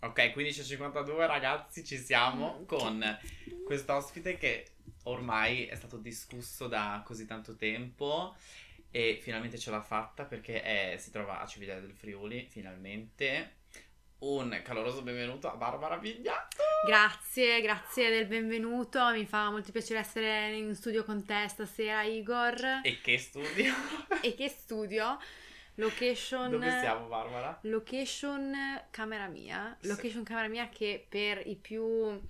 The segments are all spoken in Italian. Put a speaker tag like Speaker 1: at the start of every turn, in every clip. Speaker 1: Ok, 15.52 ragazzi, ci siamo con quest'ospite che ormai è stato discusso da così tanto tempo e finalmente ce l'ha fatta perché è- si trova a Cividale del Friuli, finalmente. Un caloroso benvenuto a Barbara Vigliatto.
Speaker 2: Grazie, grazie del benvenuto. Mi fa molto piacere essere in studio con te stasera, Igor.
Speaker 1: E che studio?
Speaker 2: E che studio? Location.
Speaker 1: Dove siamo Barbara?
Speaker 2: Location camera mia.
Speaker 1: Sì.
Speaker 2: Location camera mia che per i più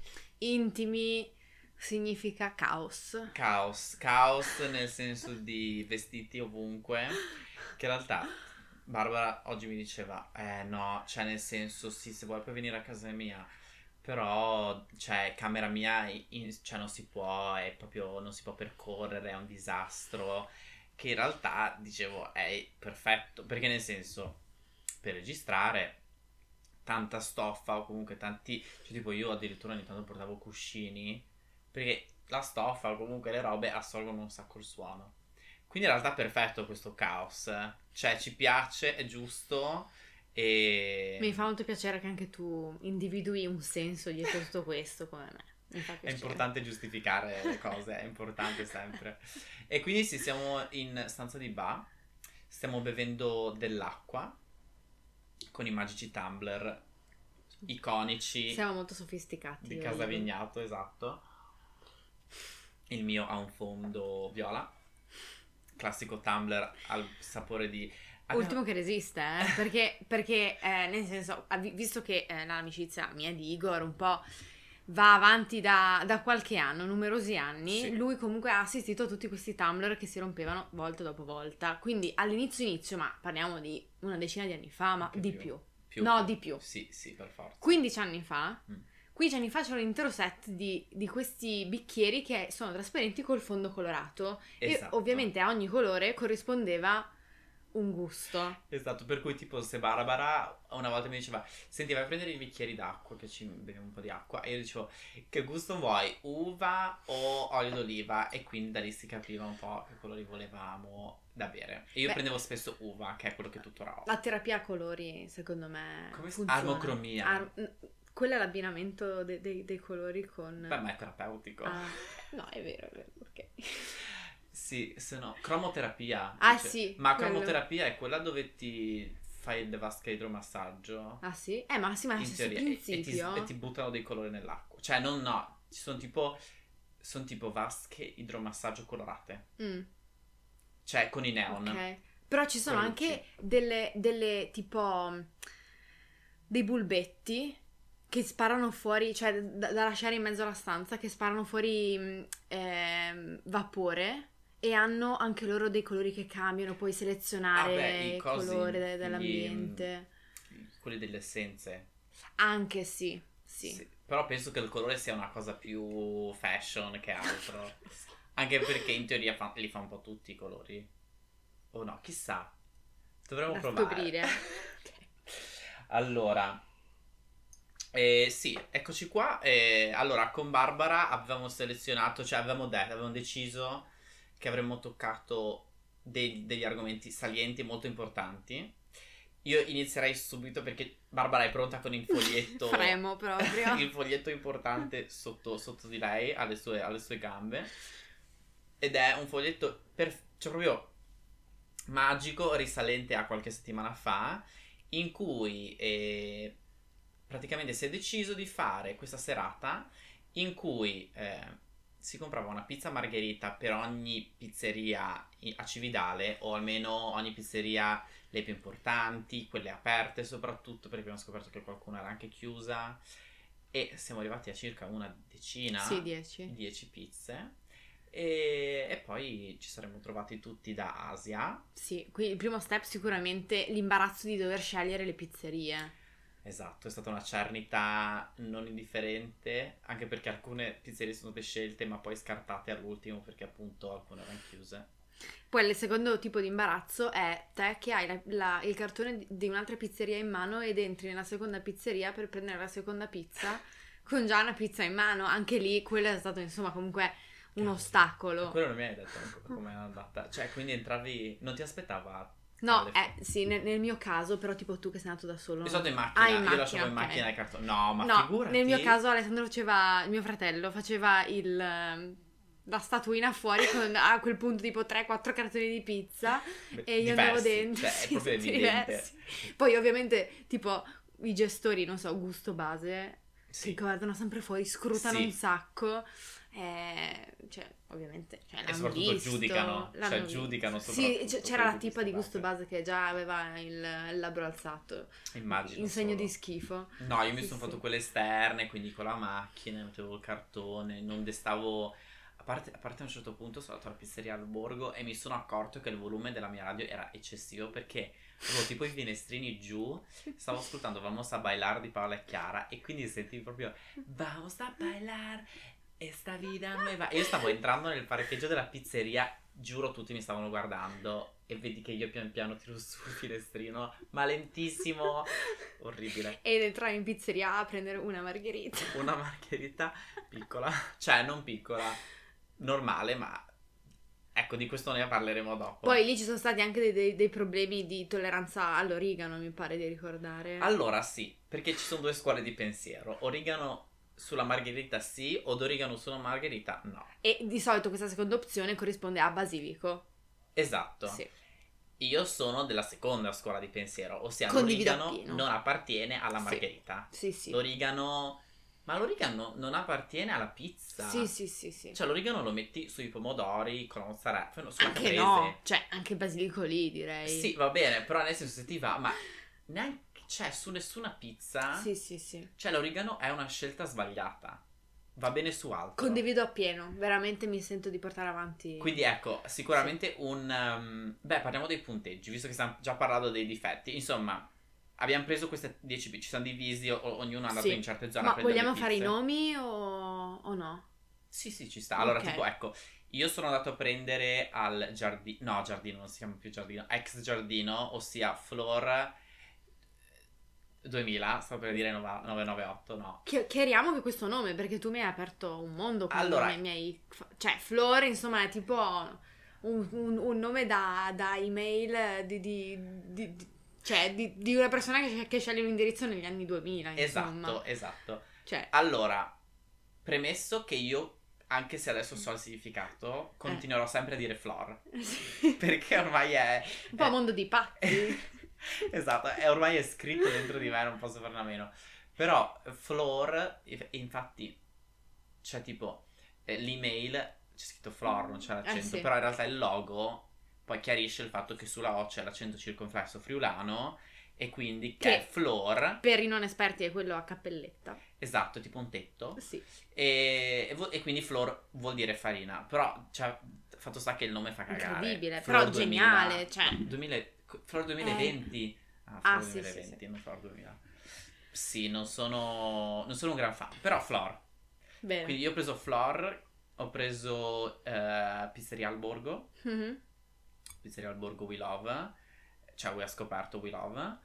Speaker 2: intimi significa caos.
Speaker 1: Eh. Caos, caos nel senso di vestiti ovunque, che in realtà Barbara oggi mi diceva, eh no, cioè nel senso sì, se vuoi puoi venire a casa mia, però cioè camera mia in- cioè, non si può, è proprio, non si può percorrere, è un disastro, che in realtà dicevo è perfetto, perché nel senso per registrare tanta stoffa o comunque tanti, cioè tipo io addirittura ogni tanto portavo cuscini perché la stoffa o comunque le robe assorbono un sacco il suono. Quindi in realtà è perfetto questo caos, cioè ci piace, è giusto e
Speaker 2: Mi fa molto piacere che anche tu individui un senso dietro tutto questo come me. Mi fa
Speaker 1: è
Speaker 2: piacere.
Speaker 1: importante giustificare le cose, è importante sempre. E quindi sì, siamo in stanza di bar, stiamo bevendo dell'acqua con i magici tumbler iconici
Speaker 2: Siamo molto sofisticati.
Speaker 1: di
Speaker 2: io
Speaker 1: Casa
Speaker 2: e Igor.
Speaker 1: Vignato, esatto. Il mio ha un fondo viola, classico tumbler al sapore di... ah, abbiamo-
Speaker 2: Ultimo che resiste, eh, perché, perché, eh, nel senso, ah, vi- visto che eh, l'amicizia mia di Igor un po' va avanti da, da qualche anno, numerosi anni,
Speaker 1: Sì.
Speaker 2: lui comunque ha assistito a tutti questi Tumblr che si rompevano volta dopo volta. Quindi all'inizio inizio, ma parliamo di una decina di anni fa, ma
Speaker 1: Anche
Speaker 2: di
Speaker 1: più.
Speaker 2: più.
Speaker 1: più-
Speaker 2: no, di più.
Speaker 1: Sì, sì, per forza.
Speaker 2: 15 anni fa,
Speaker 1: Mm.
Speaker 2: 15 anni fa c'era un intero set di, di questi bicchieri che sono trasparenti col fondo colorato
Speaker 1: Esatto.
Speaker 2: e ovviamente a ogni colore corrispondeva un gusto.
Speaker 1: Esatto, per cui tipo se Barbara una volta mi diceva Senti vai a prendere i bicchieri d'acqua che ci beviamo un po' di acqua E io dicevo che gusto vuoi? Uva o olio d'oliva? E quindi da lì si capiva un po' che colori volevamo da bere E io
Speaker 2: Beh.
Speaker 1: prendevo spesso uva che è quello che tuttora ho
Speaker 2: La terapia a colori, secondo me,
Speaker 1: Come si-
Speaker 2: funziona.
Speaker 1: armocromia.
Speaker 2: Ar- n- quello è l'abbinamento de- de- dei colori con...
Speaker 1: Per me è terapeutico
Speaker 2: Ah, no, è vero, è vero, ok.
Speaker 1: Sì, se no, cromoterapia.
Speaker 2: Ah,
Speaker 1: dice.
Speaker 2: sì,
Speaker 1: Ma
Speaker 2: quello.
Speaker 1: cromoterapia è quella dove ti fai il vasca idromassaggio.
Speaker 2: Ah sì? Eh, ma sì, ma è lo
Speaker 1: in
Speaker 2: stesso
Speaker 1: teoria, e, e ti,
Speaker 2: principio.
Speaker 1: e ti buttano dei colori nell'acqua. Cioè, non no, ci sono tipo sono tipo vasche idromassaggio colorate.
Speaker 2: Mm,
Speaker 1: Cioè, con i neon.
Speaker 2: ok. Però ci sono
Speaker 1: Quello sì.
Speaker 2: anche delle, delle, tipo, mh, dei bulbetti che sparano fuori, cioè da, da lasciare in mezzo alla stanza, che sparano fuori mh, ehm, vapore. E hanno anche loro dei colori che cambiano, puoi selezionare
Speaker 1: Ah, beh, i
Speaker 2: il
Speaker 1: cosi,
Speaker 2: colore de-
Speaker 1: gli-
Speaker 2: dell'ambiente.
Speaker 1: Quelli delle essenze.
Speaker 2: Anche sì, sì.
Speaker 1: Però penso che il colore sia una cosa più fashion che altro. Anche perché in teoria fa- li fa un po' tutti i colori. O no, chissà. Dovremmo
Speaker 2: Da
Speaker 1: provare.
Speaker 2: scoprire.
Speaker 1: allora. Eh, sì, eccoci qua. Eh, allora, con Barbara avevamo selezionato, cioè avevamo detto, avevamo deciso che avremmo toccato dei- degli argomenti salienti e molto importanti. Io inizierei subito perché Barbara è pronta con il foglietto.
Speaker 2: Fremo proprio.
Speaker 1: il foglietto importante sotto, sotto di lei, alle sue, alle sue gambe. Ed è un foglietto per, cioè proprio magico, risalente a qualche settimana fa, in cui eh, praticamente si è deciso di fare questa serata in cui eh, si comprava una pizza margherita per ogni pizzeria i- a Cividale, o almeno ogni pizzeria, le più importanti, quelle aperte soprattutto, perché abbiamo scoperto che qualcuna era anche chiusa. E siamo arrivati a circa una decina,
Speaker 2: Sì, 10.
Speaker 1: 10 pizze. E, e poi ci saremmo trovati tutti da Asia.
Speaker 2: Sì, qui il primo step sicuramente l'imbarazzo di dover scegliere le pizzerie.
Speaker 1: Esatto, è stata una cernita non indifferente, anche perché alcune pizzerie sono state scelte ma poi scartate all'ultimo perché appunto alcune erano chiuse.
Speaker 2: Poi il secondo tipo di imbarazzo è te che hai la- la- il cartone di- di un'altra pizzeria in mano ed entri nella seconda pizzeria per prendere la seconda pizza con già una pizza in mano. Anche lì quello è stato insomma comunque un
Speaker 1: Cavolo.
Speaker 2: ostacolo.
Speaker 1: Quello non mi hai detto ancora come è andata. Cioè, quindi entravi... non ti aspettava
Speaker 2: No,
Speaker 1: Alle fo-
Speaker 2: eh, sì, nel, nel mio caso, però tipo tu che sei andato da solo.
Speaker 1: Di solito in macchina,
Speaker 2: Ah, in
Speaker 1: io
Speaker 2: macchina,
Speaker 1: lasciavo in
Speaker 2: ok.
Speaker 1: macchina i cartoni. Esatto, No, ma
Speaker 2: no,
Speaker 1: figurati.
Speaker 2: nel mio caso Alessandro faceva, il mio fratello faceva il, ehm, la statuina fuori con a quel punto tipo 3-4 cartoni di pizza
Speaker 1: Beh,
Speaker 2: e io
Speaker 1: diversi,
Speaker 2: andavo dentro.
Speaker 1: Cioè, è
Speaker 2: sì,
Speaker 1: proprio
Speaker 2: tutti
Speaker 1: evidente.
Speaker 2: diversi. Poi ovviamente tipo i gestori, non so, gusto base,
Speaker 1: Sì.
Speaker 2: che guardano sempre fuori, scrutano
Speaker 1: Sì.
Speaker 2: un sacco. eh, cioè, ovviamente, cioè, l'hanno
Speaker 1: soprattutto
Speaker 2: visto,
Speaker 1: giudicano, cioè,
Speaker 2: l'hanno
Speaker 1: giudicano
Speaker 2: visto. Sì,
Speaker 1: soprattutto
Speaker 2: c- c'era
Speaker 1: per
Speaker 2: la
Speaker 1: il
Speaker 2: tipa di
Speaker 1: gusto
Speaker 2: gusto base che già aveva il, il labbro alzato,
Speaker 1: Immagino.
Speaker 2: in segno
Speaker 1: solo.
Speaker 2: di schifo.
Speaker 1: No, io mi
Speaker 2: Sì,
Speaker 1: sono
Speaker 2: sì.
Speaker 1: fatto quelle esterne, quindi con la macchina, mettevo il cartone, non destavo... A parte, a parte a un certo punto sono andato alla pizzeria al borgo e mi sono accorto che il volume della mia radio era eccessivo perché avevo tipo i finestrini giù, stavo ascoltando Vamos a bailar di Paola e Chiara e quindi sentivi proprio Vamos a bailar esta vida nueva. E io stavo entrando nel parcheggio della pizzeria, giuro tutti mi stavano guardando e vedi che io pian piano tiro su il finestrino, ma lentissimo, orribile
Speaker 2: Ed entrare in pizzeria a prendere una margherita.
Speaker 1: una margherita piccola, cioè non piccola, normale, ma ecco di questo ne parleremo dopo.
Speaker 2: Poi lì ci sono stati anche dei, dei- dei problemi di tolleranza all'origano, mi pare di ricordare.
Speaker 1: Allora sì, perché ci sono due scuole di pensiero, origano sulla margherita sì, od origano sulla margherita no.
Speaker 2: E di solito questa seconda opzione corrisponde a basilico.
Speaker 1: Esatto.
Speaker 2: Sì.
Speaker 1: Io sono della seconda scuola di pensiero, ossia
Speaker 2: Condivido
Speaker 1: l'origano
Speaker 2: appieno.
Speaker 1: non appartiene alla
Speaker 2: Sì.
Speaker 1: margherita.
Speaker 2: Sì, sì.
Speaker 1: L'origano ma l'origano non appartiene alla pizza.
Speaker 2: Sì, sì, sì, sì.
Speaker 1: Cioè l'origano lo metti sui pomodori con la mozzarella, sulla
Speaker 2: anche
Speaker 1: caprese.
Speaker 2: no, cioè anche il basilico lì direi.
Speaker 1: Sì, va bene, però nel senso se ti va, ma neanche, cioè, su nessuna pizza,
Speaker 2: sì, sì, sì.
Speaker 1: cioè l'origano è una scelta sbagliata, va bene su altro.
Speaker 2: Condivido appieno, veramente mi sento di portare avanti.
Speaker 1: Quindi ecco, sicuramente un... um, beh, parliamo dei punteggi, visto che stiamo già parlando dei difetti. Insomma, abbiamo preso queste 10 pizze, ci siamo divisi, o- ognuno è andato
Speaker 2: Sì.
Speaker 1: in certe zone a
Speaker 2: Ma
Speaker 1: prendere le
Speaker 2: vogliamo fare i
Speaker 1: pizze.
Speaker 2: nomi o, o no?
Speaker 1: Sì, sì, ci sta. Allora,
Speaker 2: Ok.
Speaker 1: tipo, ecco, io sono andato a prendere al giardino, no, giardino, non si chiama più giardino, ex giardino, ossia Floor 2000, stavo per dire nova- 998, no.
Speaker 2: Chi- Chiariamo che questo nome, perché tu mi hai aperto un mondo. quando
Speaker 1: Allora-
Speaker 2: mi, mi hai- cioè, Flore, insomma, è tipo un, un- un nome da, da email di, di- di- di- cioè, di, di una persona che, che sceglie un indirizzo negli anni 2000. Eh, Insomma.
Speaker 1: Esatto, esatto.
Speaker 2: Cioè,
Speaker 1: Allora, premesso che io, anche se adesso
Speaker 2: Mm.
Speaker 1: so il significato,
Speaker 2: Eh.
Speaker 1: continuerò sempre a dire Floor, perché ormai è...
Speaker 2: un po'
Speaker 1: è-
Speaker 2: mondo di patti.
Speaker 1: esatto, è ormai è scritto dentro di me, non posso farne a meno. Però Floor, if- infatti, c'è tipo eh, l'email, c'è scritto Floor, non c'è l'accento,
Speaker 2: Eh, sì.
Speaker 1: però in realtà il logo poi chiarisce il fatto che sulla O c'è l'accento circonflesso friulano e quindi che,
Speaker 2: Che-
Speaker 1: è Floor,
Speaker 2: per i non esperti è quello a cappelletta.
Speaker 1: esatto, tipo un tetto,
Speaker 2: Sì.
Speaker 1: e, e vo- e quindi Floor vuol dire farina, però cioè, fatto sta che il nome fa cagare.
Speaker 2: Incredibile,
Speaker 1: Floor
Speaker 2: però
Speaker 1: 2000.
Speaker 2: geniale, cioè.
Speaker 1: 2000, Flor 2020. Ah, Flor
Speaker 2: Ah, sì,
Speaker 1: 2020,
Speaker 2: sì, sì.
Speaker 1: non Flor 2000. Sì, non sono, non sono un gran fan, però Flor.
Speaker 2: Bene.
Speaker 1: Quindi io ho preso Flor, ho preso eh, Pizzeria al Borgo,
Speaker 2: Mhm.
Speaker 1: Pizzeria al Borgo We Love, cioè We ha scoperto We Love,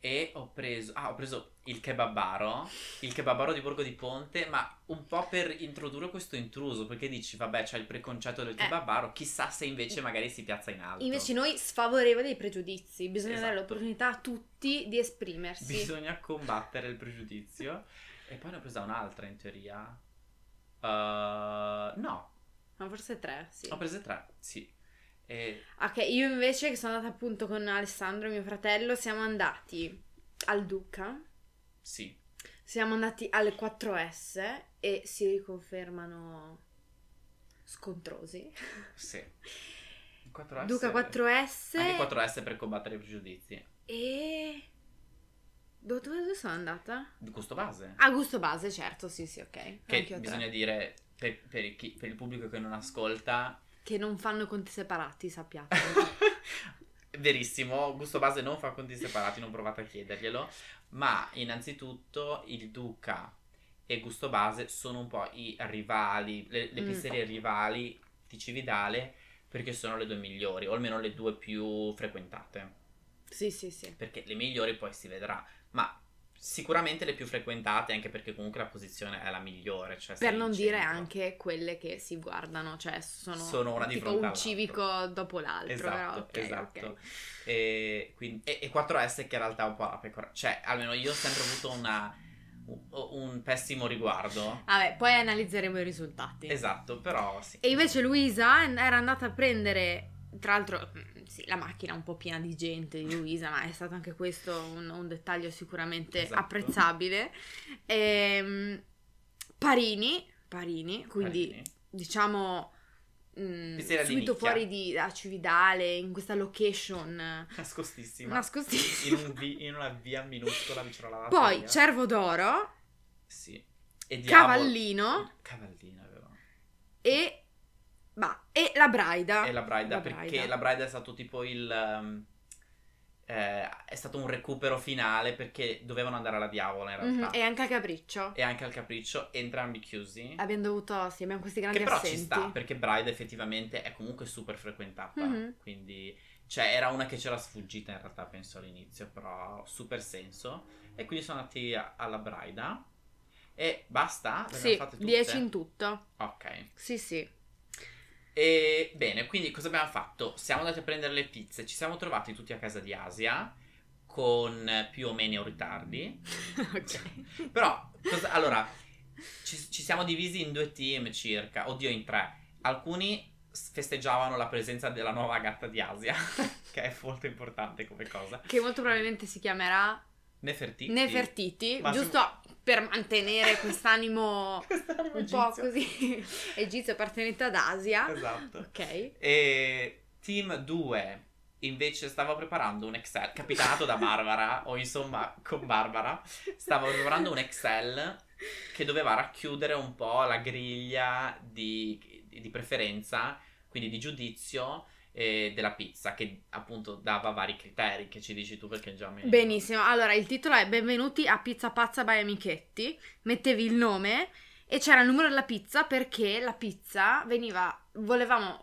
Speaker 1: e ho preso, ah, ho preso il kebabaro, il kebabaro di Borgo di Ponte, ma un po' per introdurre questo intruso, perché dici, vabbè, c'è il preconcetto del kebabaro, chissà se invece magari si piazza in alto.
Speaker 2: Eh. Invece noi sfavorevoli i pregiudizi, bisogna dare
Speaker 1: Esatto.
Speaker 2: l'opportunità a tutti di esprimersi.
Speaker 1: Bisogna combattere il pregiudizio. E poi ne ho presa un'altra in teoria. Eh, no,
Speaker 2: Ma forse tre, sì.
Speaker 1: ho prese tre, sì. E
Speaker 2: Ok, io invece che sono andata appunto con Alessandro, mio fratello, siamo andati al Duca,
Speaker 1: sì,
Speaker 2: siamo andati alle 4S e si riconfermano scontrosi.
Speaker 1: sì. 4S.
Speaker 2: Duca 4S
Speaker 1: Anche 4S per combattere i pregiudizi.
Speaker 2: e... Dove, dove- dove sono andata?
Speaker 1: Di Gusto base.
Speaker 2: A gusto base, certo, sì, sì, ok.
Speaker 1: che
Speaker 2: Ah, Anch'io tre.
Speaker 1: bisogna dire per, per chi- per il pubblico che non ascolta.
Speaker 2: Che non fanno conti separati, sappiate.
Speaker 1: Verissimo, gusto base non fa conti separati, non provate a chiederglielo, ma innanzitutto il Duca e gusto base sono un po' i rivali, le, le
Speaker 2: Mm.
Speaker 1: pizzerie rivali di Cividale perché sono le due migliori, o almeno le due più frequentate,
Speaker 2: sì, sì, sì.
Speaker 1: perché le migliori poi si vedrà, ma sicuramente le più frequentate, anche perché comunque la posizione è la migliore. Cioè
Speaker 2: Per
Speaker 1: sei
Speaker 2: non
Speaker 1: in
Speaker 2: dire
Speaker 1: centro.
Speaker 2: anche quelle che si guardano, cioè sono,
Speaker 1: Sono una di
Speaker 2: tipo
Speaker 1: fronte
Speaker 2: un
Speaker 1: all'altra.
Speaker 2: civico dopo l'altro. però,
Speaker 1: Esatto,
Speaker 2: ok,
Speaker 1: esatto.
Speaker 2: ok.
Speaker 1: E, quindi- e- e 4S che in realtà è un po' la pecora. Cioè, almeno io ho sempre avuto una- un- un pessimo riguardo.
Speaker 2: Vabbè, poi analizzeremo i risultati.
Speaker 1: Esatto, però sì.
Speaker 2: E invece Luisa en- era andata a prendere, tra l'altro, mm, sì, la macchina un po' piena di gente di Luisa, ma è stato anche questo un, un dettaglio sicuramente
Speaker 1: Esatto.
Speaker 2: apprezzabile. Ehm, Parini, Parini, quindi
Speaker 1: Parini.
Speaker 2: diciamo mm,
Speaker 1: Questa era di
Speaker 2: subito
Speaker 1: nicchia.
Speaker 2: fuori di, da Cividale, in questa location eh,
Speaker 1: nascostissima.
Speaker 2: nascostissima.
Speaker 1: in, un vi- in una via minuscola vicino alla lavatoria.
Speaker 2: Poi Cervo d'Oro,
Speaker 1: Sì. E
Speaker 2: Cavallino
Speaker 1: Cavallino, è vero.
Speaker 2: e, bah, e la Braida.
Speaker 1: E la Braida,
Speaker 2: la
Speaker 1: perché
Speaker 2: Braida.
Speaker 1: la Braida è stato tipo il... um, eh, è stato un recupero finale perché dovevano andare alla diavola in
Speaker 2: Mhm,
Speaker 1: realtà.
Speaker 2: e anche a Capriccio.
Speaker 1: E anche al Capriccio, entrambi chiusi.
Speaker 2: Abbiamo dovuto, sì, abbiamo questi grandi
Speaker 1: Che però
Speaker 2: assenti.
Speaker 1: ci sta, perché Bride effettivamente è comunque super frequentata.
Speaker 2: Mhm.
Speaker 1: Quindi, cioè, era una che c'era sfuggita in realtà, penso all'inizio, però super senso. E quindi sono andati a- alla Braida. E basta? Le abbiamo
Speaker 2: Sì,
Speaker 1: fatte tutte?
Speaker 2: 10 in tutto.
Speaker 1: Ok.
Speaker 2: Sì, sì.
Speaker 1: E bene, quindi cosa abbiamo fatto? Siamo andati a prendere le pizze, ci siamo trovati tutti a casa di Asia, con eh, più o meno ritardi.
Speaker 2: ok.
Speaker 1: Però, cosa- allora, ci, ci siamo divisi in due team circa, oddio in tre. Alcuni s- festeggiavano la presenza della nuova gatta di Asia, che è molto importante come cosa.
Speaker 2: Che molto probabilmente si chiama
Speaker 1: Nefertiti.
Speaker 2: Nefertiti,
Speaker 1: Ma
Speaker 2: giusto per mantenere quest'animo
Speaker 1: Quest'animo
Speaker 2: un po'
Speaker 1: egizio.
Speaker 2: così egizio appartenente ad Asia.
Speaker 1: Esatto.
Speaker 2: Ok.
Speaker 1: E team 2 invece stava preparando un Excel, capitato da Barbara, o insomma con Barbara, stava preparando un Excel che doveva racchiudere un po' la griglia di, di preferenza, quindi di giudizio eh, della pizza, che appunto dava vari criteri, che ci dici tu perché già me...
Speaker 2: Benissimo, allora il titolo è Benvenuti a Pizza Pazza by Amichetti, mettevi il nome e c'era il numero della pizza perché la pizza veniva, volevamo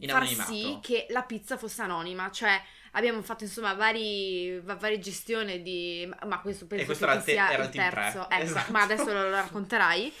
Speaker 1: In
Speaker 2: far
Speaker 1: anonimato.
Speaker 2: sì che la pizza fosse anonima, cioè abbiamo fatto insomma vari, va- varie gestioni di, ma questo penso
Speaker 1: E questo
Speaker 2: tu
Speaker 1: era
Speaker 2: che
Speaker 1: il te-
Speaker 2: sia
Speaker 1: era
Speaker 2: il
Speaker 1: il team tre.
Speaker 2: terzo, ecco,
Speaker 1: Esatto.
Speaker 2: ma adesso lo, lo racconterai.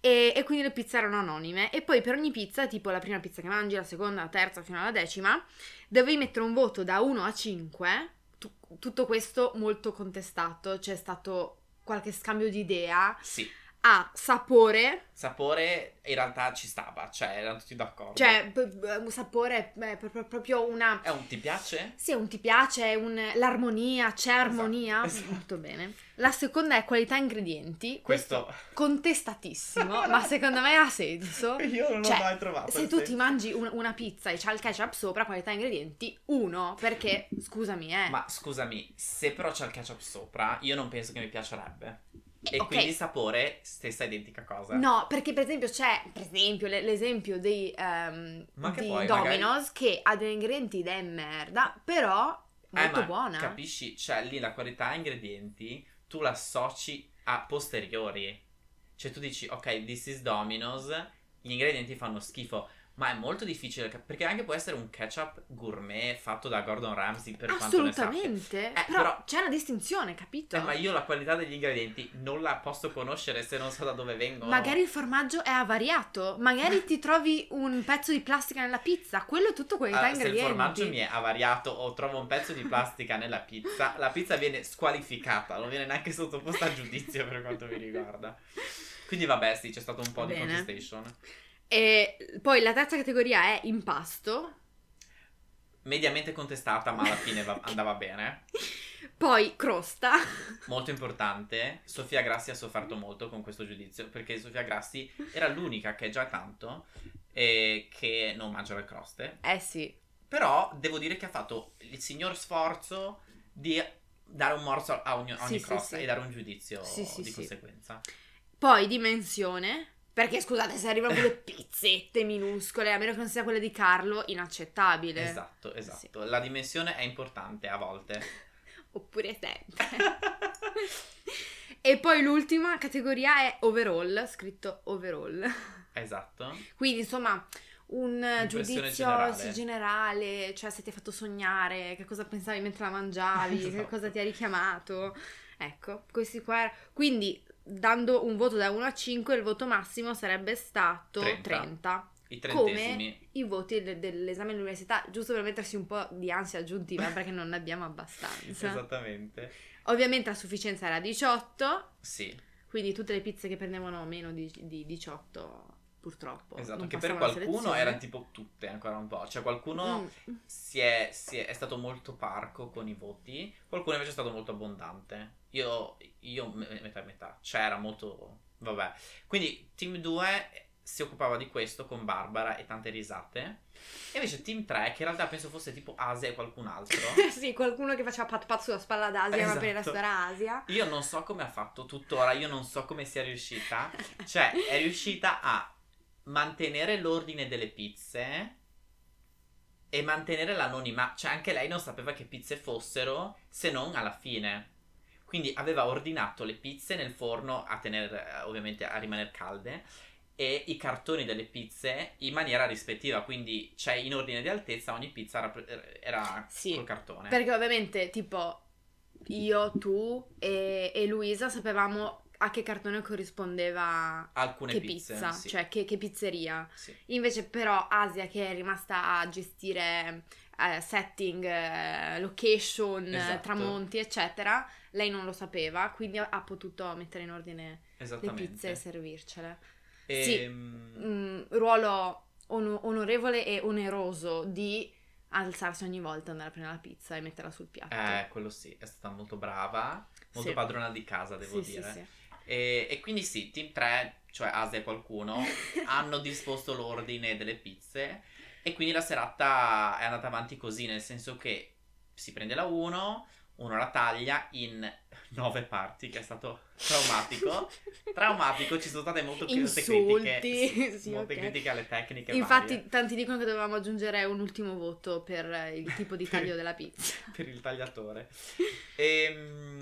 Speaker 2: E, e quindi le pizze erano anonime e poi per ogni pizza, tipo la prima pizza che mangi, la seconda, la terza fino alla decima, dovevi mettere un voto da 1 a 5, tu- tutto questo molto contestato, c'è stato qualche scambio di idea
Speaker 1: Sì,
Speaker 2: a sapore,
Speaker 1: sapore in realtà ci stava, cioè erano tutti d'accordo.
Speaker 2: cioè p- p- un sapore eh, pro- pro- proprio una...
Speaker 1: È un ti piace?
Speaker 2: Sì, è un ti piace, è un, l'armonia, c'è armonia,
Speaker 1: esatto.
Speaker 2: molto bene. La seconda è qualità ingredienti, questo,
Speaker 1: Questo...
Speaker 2: contestatissimo, ma secondo me ha senso.
Speaker 1: Io non
Speaker 2: Cioè,
Speaker 1: l'ho mai trovato.
Speaker 2: Se
Speaker 1: il
Speaker 2: tu
Speaker 1: senso.
Speaker 2: ti mangi un- una pizza e c'ha il ketchup sopra, qualità ingredienti, uno, perché, scusami, eh.
Speaker 1: Ma scusami, se però c'è il ketchup sopra, io non penso che mi piacerebbe. E
Speaker 2: ok.
Speaker 1: quindi sapore, stessa identica cosa.
Speaker 2: No, perché per esempio c'è, per esempio, le- l'esempio dei, ehm,
Speaker 1: Ma che
Speaker 2: di
Speaker 1: poi,
Speaker 2: Domino's che ha degli ingredienti ed è merda, però
Speaker 1: Eh,
Speaker 2: molto
Speaker 1: ma
Speaker 2: buona.
Speaker 1: Capisci? Cioè, lì la qualità ingredienti tu la associ a posteriori. Cioè, tu dici, ok, this is Domino's, gli ingredienti fanno schifo. Ma è molto difficile, cap- perché anche può essere un ketchup gourmet fatto da Gordon Ramsay per quanto ne sappia.
Speaker 2: Assolutamente.
Speaker 1: Eh,
Speaker 2: però,
Speaker 1: però-
Speaker 2: c'è una distinzione, capito?
Speaker 1: Eh, ma io la qualità degli ingredienti non la posso conoscere se non so da dove vengono.
Speaker 2: Magari il formaggio è avariato, magari ti trovi un pezzo di plastica nella pizza, quello è tutto qualità
Speaker 1: Allora, Ah, se il
Speaker 2: ingredienti.
Speaker 1: formaggio mi è avariato o trovo un pezzo di plastica nella pizza, la pizza viene squalificata, non viene neanche sottoposta a giudizio per quanto mi riguarda. Quindi vabbè, sì, c'è stato un po' di
Speaker 2: Bene.
Speaker 1: contestation.
Speaker 2: E poi la terza categoria è impasto.
Speaker 1: Mediamente contestata, ma alla fine va- andava bene.
Speaker 2: Poi crosta.
Speaker 1: Molto importante, Sofia Grassi ha sofferto molto con questo giudizio, perché Sofia Grassi era l'unica che è già tanto eh, che non mangia le croste.
Speaker 2: Eh sì,
Speaker 1: Però devo dire che ha fatto il signor sforzo di dare un morso a ogni, a ogni
Speaker 2: Sì, sì,
Speaker 1: crosta
Speaker 2: sì.
Speaker 1: e dare un giudizio
Speaker 2: Sì, sì,
Speaker 1: di
Speaker 2: sì.
Speaker 1: conseguenza.
Speaker 2: Poi dimensione. Perché scusate, se arrivano quelle pizzette minuscole, a meno che non sia quella di Carlo, inaccettabile.
Speaker 1: Esatto, esatto. La dimensione è importante a volte.
Speaker 2: Oppure sempre. e poi l'ultima categoria è overall, scritto overall.
Speaker 1: esatto.
Speaker 2: Quindi insomma, un eh,
Speaker 1: Impressione
Speaker 2: giudizio
Speaker 1: generale.
Speaker 2: sì, generale, cioè se ti ha fatto sognare, che cosa pensavi mentre la mangiavi, che
Speaker 1: Esatto.
Speaker 2: cosa ti ha richiamato. Ecco, questi qua. era- Quindi, dando un voto da 1 a 5, il voto massimo sarebbe stato 30.
Speaker 1: 30. I trentesimi.
Speaker 2: I voti de- dell'esame dell'università, giusto per mettersi un po' di ansia aggiuntiva perché non ne abbiamo abbastanza.
Speaker 1: Esatto. Esattamente.
Speaker 2: Ovviamente a sufficienza era 18,
Speaker 1: Sì,
Speaker 2: quindi tutte le pizze che prendevano meno di, di 18, purtroppo.
Speaker 1: esatto.
Speaker 2: non
Speaker 1: Che per
Speaker 2: passavano la
Speaker 1: qualcuno
Speaker 2: selezione.
Speaker 1: era tipo tutte ancora un po'. Cioè qualcuno
Speaker 2: Mm.
Speaker 1: si è, si è- è stato molto parco con i voti, qualcuno invece è stato molto abbondante. Io, io me- metà e metà, cioè era molto... vabbè. Quindi Team 2 si occupava di questo con Barbara e tante risate, e invece Team 3, che in realtà penso fosse tipo Asia e qualcun altro,
Speaker 2: sì, qualcuno che faceva pat pat sulla spalla d'Asia, ma
Speaker 1: Esatto.
Speaker 2: per la storia Asia.
Speaker 1: io non so come ha fatto tuttora, io non so come sia riuscita, cioè è riuscita a mantenere l'ordine delle pizze e mantenere l'anonimato, cioè anche lei non sapeva che pizze fossero se non alla fine. Quindi aveva ordinato le pizze nel forno a tenere eh, ovviamente a rimanere calde e i cartoni delle pizze in maniera rispettiva, quindi cioè in ordine di altezza ogni pizza rapp- era
Speaker 2: Sì,
Speaker 1: col cartone.
Speaker 2: Perché ovviamente, tipo, io, tu e, e Luisa sapevamo a che cartone corrispondeva
Speaker 1: Alcune
Speaker 2: che
Speaker 1: pizze,
Speaker 2: pizza,
Speaker 1: sì,
Speaker 2: cioè che, che pizzeria.
Speaker 1: sì.
Speaker 2: Invece però Asia che è rimasta a gestire eh, setting, eh, location, eh,
Speaker 1: Esatto.
Speaker 2: tramonti, eccetera, lei non lo sapeva, quindi ha- ha potuto mettere in ordine le
Speaker 1: Esattamente.
Speaker 2: pizze e servircele. Sì.
Speaker 1: Ehm,
Speaker 2: mm, ruolo ono- onorevole e oneroso di alzarsi ogni volta, andare a prendere la pizza e metterla sul piatto.
Speaker 1: eh, quello sì, è stata molto brava, molto
Speaker 2: Sì.
Speaker 1: padrona di casa, devo
Speaker 2: Sì, sì,
Speaker 1: dire.
Speaker 2: sì.
Speaker 1: E, e quindi sì, Team 3, cioè Asia e qualcuno, hanno disposto l'ordine delle pizze e quindi la serata è andata avanti così, nel senso che si prende la 1, uno la taglia in 9 parti, che è stato traumatico. Traumatico, ci sono state molte molte critiche,
Speaker 2: Insulti,
Speaker 1: sì,
Speaker 2: sì,
Speaker 1: molte
Speaker 2: ok.
Speaker 1: critiche alle tecniche
Speaker 2: Infatti,
Speaker 1: varie
Speaker 2: tanti dicono che dovevamo aggiungere un ultimo voto per eh, il tipo di taglio della pizza.
Speaker 1: per il tagliatore. Ehm,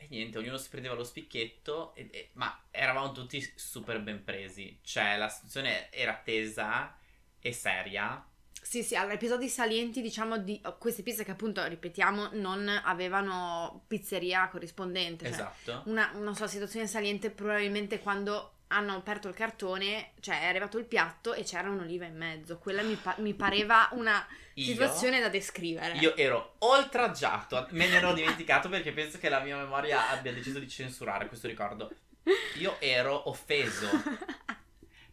Speaker 1: E, niente, ognuno si prendeva lo spicchietto, e- e- ma eravamo tutti super ben presi. Cioè, la situazione era tesa e seria.
Speaker 2: Sì, sì, allora episodi salienti, diciamo, di oh, queste pizze che appunto, ripetiamo, non avevano pizzeria corrispondente. Cioè,
Speaker 1: Esatto.
Speaker 2: una, non so, situazione saliente probabilmente quando hanno aperto il cartone, cioè è arrivato il piatto e c'era un'oliva in mezzo. Quella mi, pa- mi pareva una
Speaker 1: Io-
Speaker 2: situazione da descrivere.
Speaker 1: Io ero oltraggiato, me ne ero dimenticato perché penso che la mia memoria abbia deciso di censurare questo ricordo. Io ero offeso.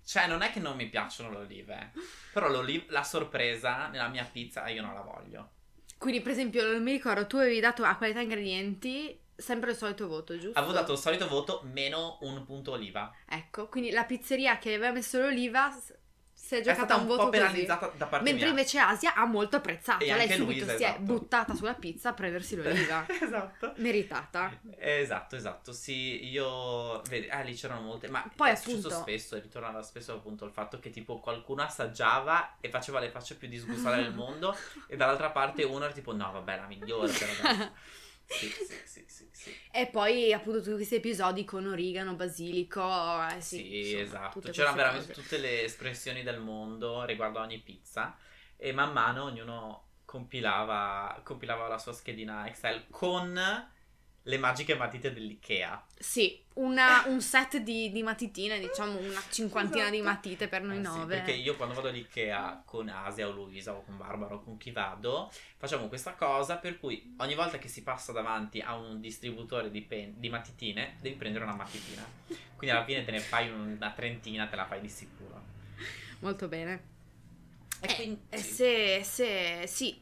Speaker 1: Cioè, non è che non mi piacciono le olive, però l'oliv- la sorpresa nella mia pizza io non la voglio.
Speaker 2: Quindi, per esempio, non mi ricordo, tu avevi dato a qualità ingredienti sempre il solito voto, giusto?
Speaker 1: Avevo dato il solito voto meno un punto oliva.
Speaker 2: Ecco, quindi la pizzeria che aveva messo l'oliva s- si è
Speaker 1: È
Speaker 2: giocata
Speaker 1: stata
Speaker 2: un,
Speaker 1: un,
Speaker 2: voto
Speaker 1: po'
Speaker 2: così.
Speaker 1: penalizzata da parte
Speaker 2: Mentre
Speaker 1: mia.
Speaker 2: invece Asia ha molto apprezzato,
Speaker 1: E
Speaker 2: lei
Speaker 1: anche
Speaker 2: subito
Speaker 1: Luisa,
Speaker 2: si è
Speaker 1: esatto.
Speaker 2: buttata sulla pizza a prendersi l'oliva.
Speaker 1: esatto.
Speaker 2: Meritata.
Speaker 1: Esatto, esatto, sì, io... Vedi, ah, lì c'erano molte, ma
Speaker 2: Poi,
Speaker 1: è successo
Speaker 2: appunto-
Speaker 1: spesso, e ritornava spesso appunto il fatto che tipo qualcuno assaggiava e faceva le facce più disgustate del mondo e dall'altra parte uno era tipo no, vabbè, la migliore. però dai." sì, sì, sì, sì, sì.
Speaker 2: E poi appunto tutti questi episodi con origano, basilico, eh, sì,
Speaker 1: Sì,
Speaker 2: insomma,
Speaker 1: esatto.
Speaker 2: tutte
Speaker 1: C'erano
Speaker 2: queste
Speaker 1: veramente
Speaker 2: cose.
Speaker 1: tutte le espressioni del mondo riguardo a ogni pizza e man mano ognuno compilava, compilava la sua schedina Excel con le magiche matite dell'IKEA.
Speaker 2: Sì, una- un set di, di matitine, diciamo una cinquantina di
Speaker 1: Esatto.
Speaker 2: matite per noi
Speaker 1: Eh sì,
Speaker 2: nove.
Speaker 1: perché io quando vado all'IKEA con Asia o Luisa o con Barbara o con chi vado, facciamo questa cosa per cui ogni volta che si passa davanti a un distributore di, pen- di matitine devi prendere una matitina. Quindi alla fine te ne fai una trentina, te la fai di sicuro.
Speaker 2: Molto bene.
Speaker 1: E
Speaker 2: Eh,
Speaker 1: quindi-
Speaker 2: eh, se, se- sì.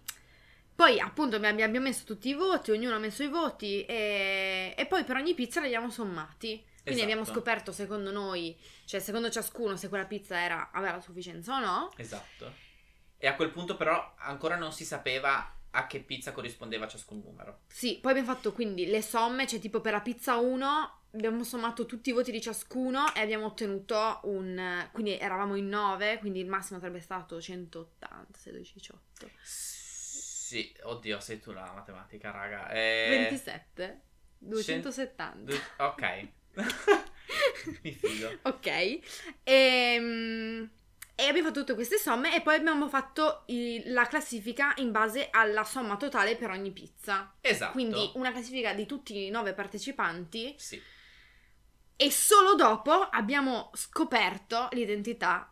Speaker 2: Poi appunto abbi- abbiamo messo tutti i voti, ognuno ha messo i voti e, e poi per ogni pizza li abbiamo sommati. Quindi
Speaker 1: Esatto.
Speaker 2: abbiamo scoperto secondo noi, cioè secondo ciascuno se quella pizza era, aveva la sufficienza o no.
Speaker 1: Esatto. E a quel punto però ancora non si sapeva a che pizza corrispondeva ciascun numero.
Speaker 2: Sì, poi abbiamo fatto quindi le somme, cioè tipo per la pizza 1 abbiamo sommato tutti i voti di ciascuno e abbiamo ottenuto un... quindi eravamo in 9, quindi il massimo sarebbe stato 180, 16, 18,
Speaker 1: Sì, oddio, sei tu la matematica, raga. Eh,
Speaker 2: 27, 270.
Speaker 1: du- ok. Mi fido.
Speaker 2: ok. Ehm, E, E abbiamo fatto tutte queste somme e poi abbiamo fatto il- la classifica in base alla somma totale per ogni pizza.
Speaker 1: Esatto.
Speaker 2: Quindi una classifica di tutti i nove partecipanti
Speaker 1: Sì.
Speaker 2: e solo dopo abbiamo scoperto l'identità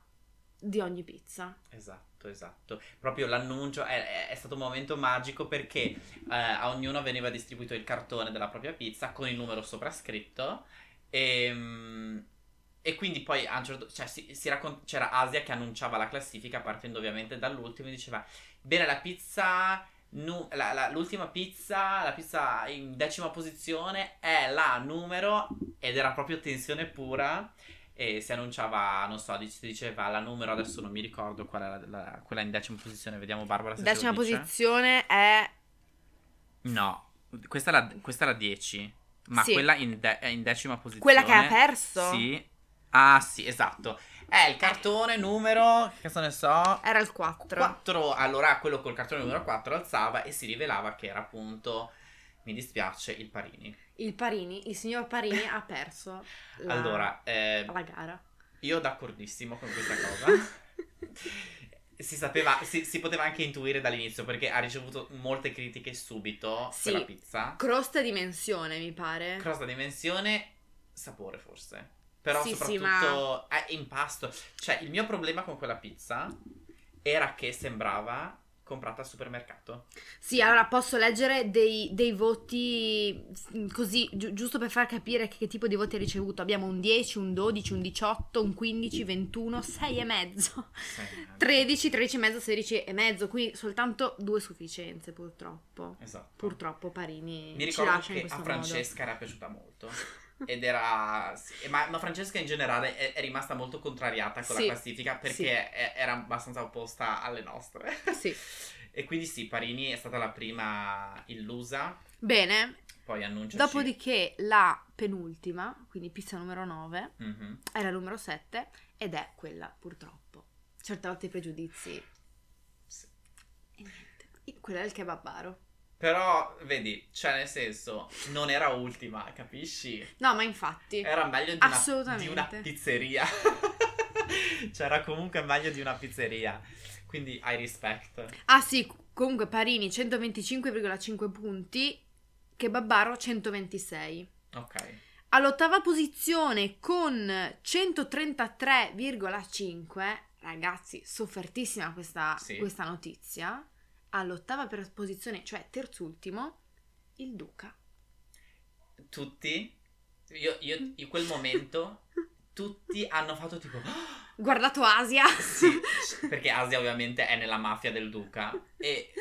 Speaker 2: di ogni pizza.
Speaker 1: Esatto, esatto. Proprio l'annuncio è, è- è stato un momento magico perché eh, a ognuno veniva distribuito il cartone della propria pizza con il numero soprascritto e, mm, e quindi poi a un certo- cioè, si- si raccon- c'era Asia che annunciava la classifica partendo ovviamente dall'ultimo e diceva bene la pizza, nu- la- la- l'ultima pizza, la pizza in decima posizione è la numero ed era proprio tensione pura e si annunciava, non so, dic- si diceva la numero, adesso non mi ricordo qual era la- quella in decima posizione, vediamo Barbara se ce lo
Speaker 2: Decima
Speaker 1: dice.
Speaker 2: posizione è
Speaker 1: No, questa è la, questa è la 10, ma
Speaker 2: Sì.
Speaker 1: quella in, de- è in decima posizione.
Speaker 2: quella che ha perso.
Speaker 1: Sì. Ah sì, esatto. È il cartone numero, che se ne so,
Speaker 2: Era il 4.
Speaker 1: 4. Allora quello col cartone numero 4 alzava e si rivelava che era appunto, mi dispiace, il Parini.
Speaker 2: Il Parini, il signor Parini ha perso la,
Speaker 1: Allora, eh,
Speaker 2: la gara.
Speaker 1: Io d'accordissimo con questa cosa. si sapeva, si, si poteva anche intuire dall'inizio perché ha ricevuto molte critiche subito
Speaker 2: Sì.
Speaker 1: quella pizza.
Speaker 2: Crosta e dimensione, mi pare.
Speaker 1: Crosta dimensione, sapore forse. Però
Speaker 2: Sì, sì,
Speaker 1: soprattutto eh, impasto. Cioè, il mio problema con quella pizza era che sembrava comprata al supermercato.
Speaker 2: Sì, allora posso leggere dei, dei voti mm, così, giu- giusto per far capire che, che tipo di voti ha ricevuto. Abbiamo un 10, un 12, un 18, un 15, 21, 6 e mezzo,
Speaker 1: Sai, eh,
Speaker 2: 13, 13 e mezzo, 16 e mezzo. Quindi soltanto due sufficienze, purtroppo.
Speaker 1: Esatto.
Speaker 2: Purtroppo Parini
Speaker 1: Mi
Speaker 2: ci
Speaker 1: ricordo
Speaker 2: lascia in
Speaker 1: che
Speaker 2: questo
Speaker 1: a
Speaker 2: modo.
Speaker 1: Francesca era piaciuta molto. Ed era. sì, ma, ma Francesca in generale è, è rimasta molto contrariata con
Speaker 2: Sì,
Speaker 1: la classifica perché
Speaker 2: sì.
Speaker 1: è- era abbastanza opposta alle nostre.
Speaker 2: Sì.
Speaker 1: E quindi sì, Parini è stata la prima illusa.
Speaker 2: Bene,
Speaker 1: Poi annuncia.
Speaker 2: Dopodiché la penultima, quindi pizza numero 9,
Speaker 1: Mhm.
Speaker 2: era la numero 7 ed è quella purtroppo. Certe volte i pregiudizi.
Speaker 1: Sì.
Speaker 2: E niente. E Quella è il kebabaro.
Speaker 1: Però, vedi, cioè, nel senso, non era ultima, capisci?
Speaker 2: No, ma infatti.
Speaker 1: Era meglio di una-
Speaker 2: Assolutamente.
Speaker 1: di una pizzeria. cioè, era comunque meglio di una pizzeria. Quindi, I respect.
Speaker 2: Ah sì, comunque Parini 125,5 punti, kebabaro 126.
Speaker 1: Ok.
Speaker 2: All'ottava posizione con 133,5, ragazzi, soffertissima questa,
Speaker 1: Sì.
Speaker 2: questa notizia. All'ottava per- posizione, cioè terzultimo, il Duca.
Speaker 1: tutti, io, io- in quel momento, tutti hanno fatto tipo, "Ah!"
Speaker 2: Guardato Asia.
Speaker 1: sì, perché Asia ovviamente è nella mafia del duca, e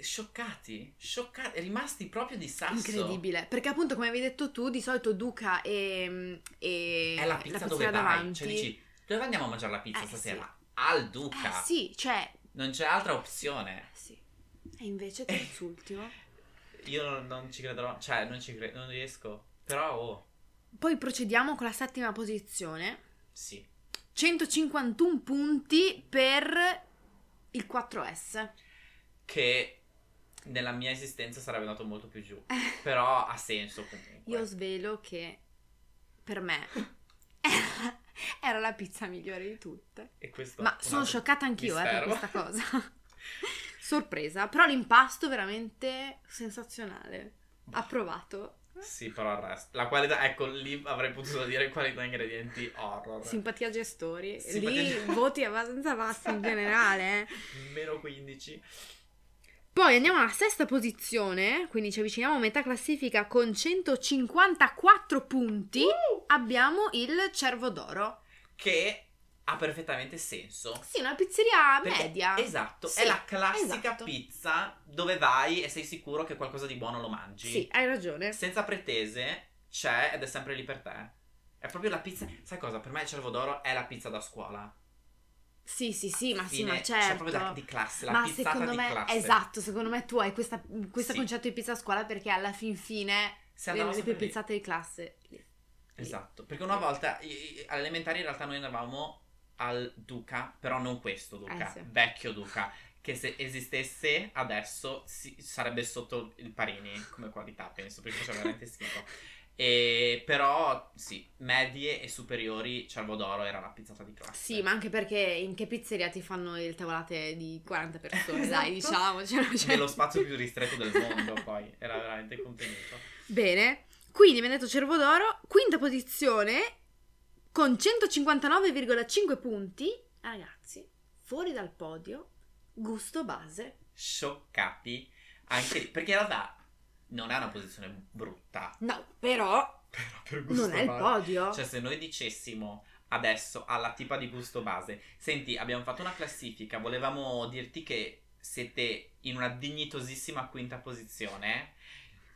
Speaker 1: scioccati, scioccati, rimasti proprio di sasso.
Speaker 2: Incredibile, perché appunto come avevi detto tu, di solito Duca e, e
Speaker 1: È la pizza dove
Speaker 2: pizzeria
Speaker 1: vai,
Speaker 2: davanti.
Speaker 1: cioè dici, dove andiamo a mangiare la pizza
Speaker 2: Eh,
Speaker 1: stasera? Al duca,
Speaker 2: Eh sì, cioè,
Speaker 1: non c'è altra opzione.
Speaker 2: sì. E
Speaker 1: Eh.
Speaker 2: invece terzultimo.
Speaker 1: Io non, non ci crederò, cioè non ci credo, non riesco, però oh,
Speaker 2: Poi procediamo con la settima posizione.
Speaker 1: sì.
Speaker 2: 151 punti per il 4S.
Speaker 1: Che... Nella mia esistenza sarebbe andato molto più giù. Però ha senso comunque.
Speaker 2: Io svelo che per me era la pizza migliore di tutte.
Speaker 1: E questo
Speaker 2: Ma
Speaker 1: un
Speaker 2: sono
Speaker 1: altro
Speaker 2: scioccata anch'io eh, per
Speaker 1: mistero.
Speaker 2: questa cosa. Sorpresa, però l'impasto veramente sensazionale. Approvato.
Speaker 1: Sì, però il resto. La qualità, ecco, lì avrei potuto dire qualità ingredienti horror.
Speaker 2: Simpatia gestori.
Speaker 1: Simpatia
Speaker 2: Lì
Speaker 1: gestori.
Speaker 2: voti abbastanza bassi in generale. eh.
Speaker 1: Meno 15.
Speaker 2: Poi andiamo alla sesta posizione, quindi ci avviciniamo a metà classifica con 154 punti.
Speaker 1: Uh!
Speaker 2: Abbiamo il Cervo d'Oro.
Speaker 1: Che ha perfettamente senso.
Speaker 2: Sì, una pizzeria
Speaker 1: Perché-
Speaker 2: media.
Speaker 1: Esatto,
Speaker 2: Sì,
Speaker 1: è la classica
Speaker 2: esatto.
Speaker 1: pizza dove vai e sei sicuro che qualcosa di buono lo mangi.
Speaker 2: Sì, hai ragione.
Speaker 1: Senza pretese, c'è ed è sempre lì per te. È proprio la pizza. Sai cosa? Per me il cervo d'oro è la pizza da scuola.
Speaker 2: Sì, sì, sì, ma sì,
Speaker 1: Fine,
Speaker 2: ma
Speaker 1: C'è
Speaker 2: certo.
Speaker 1: proprio da- di classe, la
Speaker 2: ma
Speaker 1: pizzata
Speaker 2: secondo
Speaker 1: di
Speaker 2: me,
Speaker 1: classe.
Speaker 2: esatto, secondo me tu hai questa- questo
Speaker 1: Sì.
Speaker 2: concetto di pizza a scuola perché alla fin fine
Speaker 1: Se
Speaker 2: le,
Speaker 1: andava
Speaker 2: le
Speaker 1: sempre lì.
Speaker 2: pizzate di classe.
Speaker 1: Esatto, perché una volta i- i- alle elementari in realtà noi andavamo al Duca, però non questo Duca,
Speaker 2: Eh, sì.
Speaker 1: vecchio Duca, che se esistesse adesso si- sarebbe sotto il Parini come qualità, penso, perché faceva veramente schifo. E però sì, medie e superiori Cervo d'Oro era la pizzata di classe.
Speaker 2: Sì, ma anche perché in che pizzeria ti fanno le tavolate di 40 persone,
Speaker 1: Esatto.
Speaker 2: dai, diciamo. cioè, non c'è-
Speaker 1: Nello spazio più ristretto del mondo poi, era veramente contenuto.
Speaker 2: Bene, quindi mi ha detto Cervo d'Oro, quinta posizione con 159,5 punti. ah, Ragazzi, fuori dal podio, gusto base.
Speaker 1: Scioccati, anche lì, perché in realtà non è una posizione brutta,
Speaker 2: No, però
Speaker 1: però per gusto
Speaker 2: non è il
Speaker 1: base.
Speaker 2: podio.
Speaker 1: Cioè se noi dicessimo adesso alla tipa di gusto base, senti abbiamo fatto una classifica, volevamo dirti che siete in una dignitosissima quinta posizione,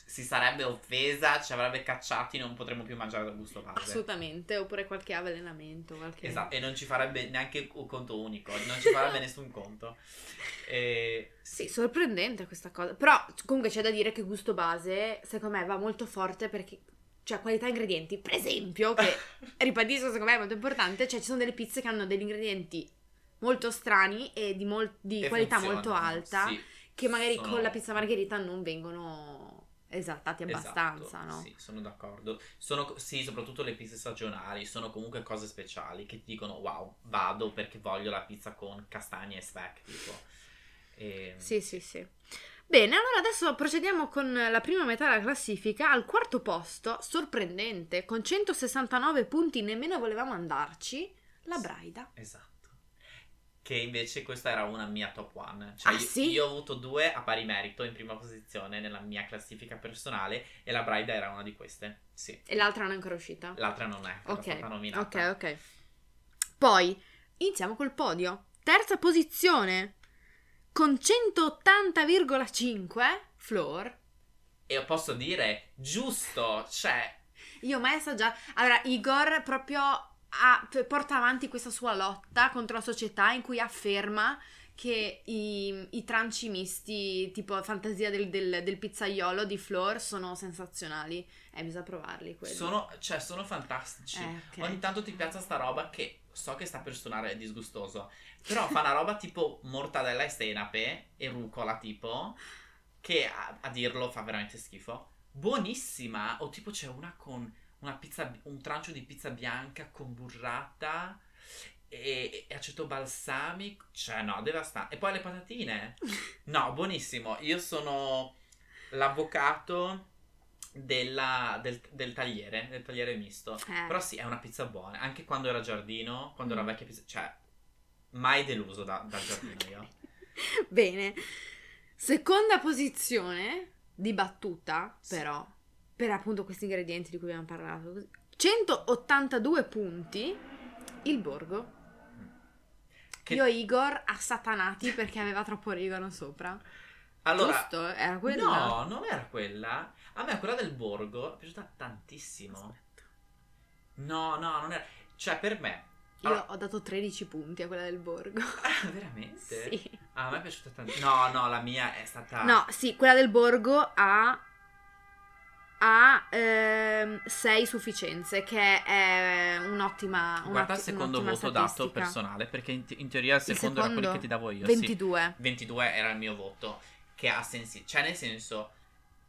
Speaker 1: si sarebbe offesa, ci avrebbe cacciati, non potremmo più mangiare da gusto base.
Speaker 2: Assolutamente, oppure qualche avvelenamento, qualche...
Speaker 1: Esatto, e non ci farebbe neanche un conto unico, non ci farebbe nessun conto. E...
Speaker 2: Sì, sorprendente questa cosa. Però comunque c'è da dire che gusto base, secondo me, va molto forte perché. Cioè, qualità ingredienti, per esempio, che ribadisco secondo me è molto importante, cioè ci sono delle pizze che hanno degli ingredienti molto strani e di, mol- di
Speaker 1: e
Speaker 2: qualità
Speaker 1: funziona,
Speaker 2: molto alta,
Speaker 1: sì,
Speaker 2: che magari
Speaker 1: sono-
Speaker 2: con la pizza margherita non vengono esaltati abbastanza,
Speaker 1: esatto,
Speaker 2: no?
Speaker 1: Sì, sono d'accordo. Sono, sì, soprattutto le pizze stagionali sono comunque cose speciali che ti dicono wow, vado perché voglio la pizza con castagne e speck, tipo. Ehm, E-
Speaker 2: Sì, sì, sì. Bene, allora adesso procediamo con la prima metà della classifica. Al quarto posto, sorprendente, con 169 punti, nemmeno volevamo andarci, la Braida.
Speaker 1: Esatto. Che invece questa era una mia top one. Cioè,
Speaker 2: Ah,
Speaker 1: io,
Speaker 2: sì?
Speaker 1: io ho avuto due a pari merito in prima posizione nella mia classifica personale e la Braida era una di queste. Sì.
Speaker 2: E l'altra non è ancora uscita.
Speaker 1: L'altra non è, era
Speaker 2: Ok,
Speaker 1: stata nominata.
Speaker 2: ok, ok. Poi, iniziamo col podio. Terza posizione, con 180,5, Floor.
Speaker 1: E posso dire, giusto, cioè,
Speaker 2: Io mai assaggiato. Allora, Igor proprio ha- p- porta avanti questa sua lotta contro la società in cui afferma che i, i tranci misti, tipo fantasia del, del- del pizzaiolo di Flor, sono sensazionali. Eh, bisogna provarli quelli.
Speaker 1: sono, cioè, sono fantastici.
Speaker 2: Eh, ok.
Speaker 1: Ogni tanto ti piazza sta roba che so che sta per suonare disgustoso, però fa una roba tipo mortadella e senape e rucola tipo, che a, a dirlo fa veramente schifo. Buonissima! O tipo c'è una con una pizza, un trancio di pizza bianca con burrata e, e aceto balsamico. Cioè no, devastante. E poi le patatine. No, buonissimo. Io sono l'avvocato della- del, del tagliere, del tagliere misto.
Speaker 2: Eh.
Speaker 1: Però sì, è una pizza buona. Anche quando era giardino, quando era
Speaker 2: Mm.
Speaker 1: vecchia pizza. Cioè, mai deluso da- dal giardino io.
Speaker 2: Bene. Seconda posizione, dibattuta,
Speaker 1: Sì.
Speaker 2: però, per appunto questi ingredienti di cui abbiamo parlato. così. 182 punti, il borgo.
Speaker 1: Che-
Speaker 2: Io e Igor assatanati perché aveva troppo origano sopra.
Speaker 1: Allora,
Speaker 2: Giusto? Era quello?
Speaker 1: no, non era quella. A me quella del borgo è piaciuta tantissimo. No, no, non era. Cioè, per me.
Speaker 2: Io
Speaker 1: Allora-
Speaker 2: ho dato 13 punti a quella del borgo.
Speaker 1: Ah, veramente?
Speaker 2: Sì.
Speaker 1: Ah, a me è piaciuta tantissimo. No, no, la mia è stata.
Speaker 2: No, sì, quella del borgo ha, ha 6 sufficienze, che è un'ottima.
Speaker 1: Guarda il
Speaker 2: un'otti-
Speaker 1: secondo
Speaker 2: un'ottima
Speaker 1: voto dato
Speaker 2: statistica.
Speaker 1: personale, perché in, in teoria il secondo, era quello
Speaker 2: secondo?
Speaker 1: che ti davo io. sì.
Speaker 2: 22.
Speaker 1: 22 era il mio voto, che ha sensi. Cioè, nel senso,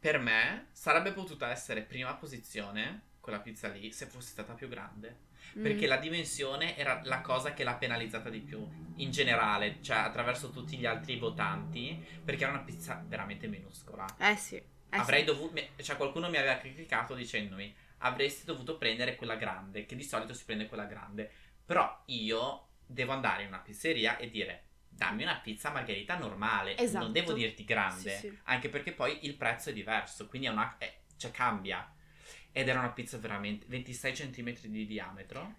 Speaker 1: per me sarebbe potuta essere prima posizione quella pizza lì se fosse stata più grande. Perché
Speaker 2: Mm.
Speaker 1: la dimensione era la cosa che l'ha penalizzata di più, in generale, cioè attraverso tutti gli altri votanti, perché era una pizza veramente minuscola.
Speaker 2: Eh sì. eh sì.
Speaker 1: Avrei dovuto, mi- cioè qualcuno mi aveva criticato dicendomi, avresti dovuto prendere quella grande, che di solito si prende quella grande. Però io devo andare in una pizzeria e dire, dammi una pizza margherita normale,
Speaker 2: Esatto.
Speaker 1: non devo dirti grande,
Speaker 2: Sì, sì.
Speaker 1: anche perché poi il prezzo è diverso, quindi è una, è- cioè cambia. Ed era una pizza veramente 26 cm di diametro,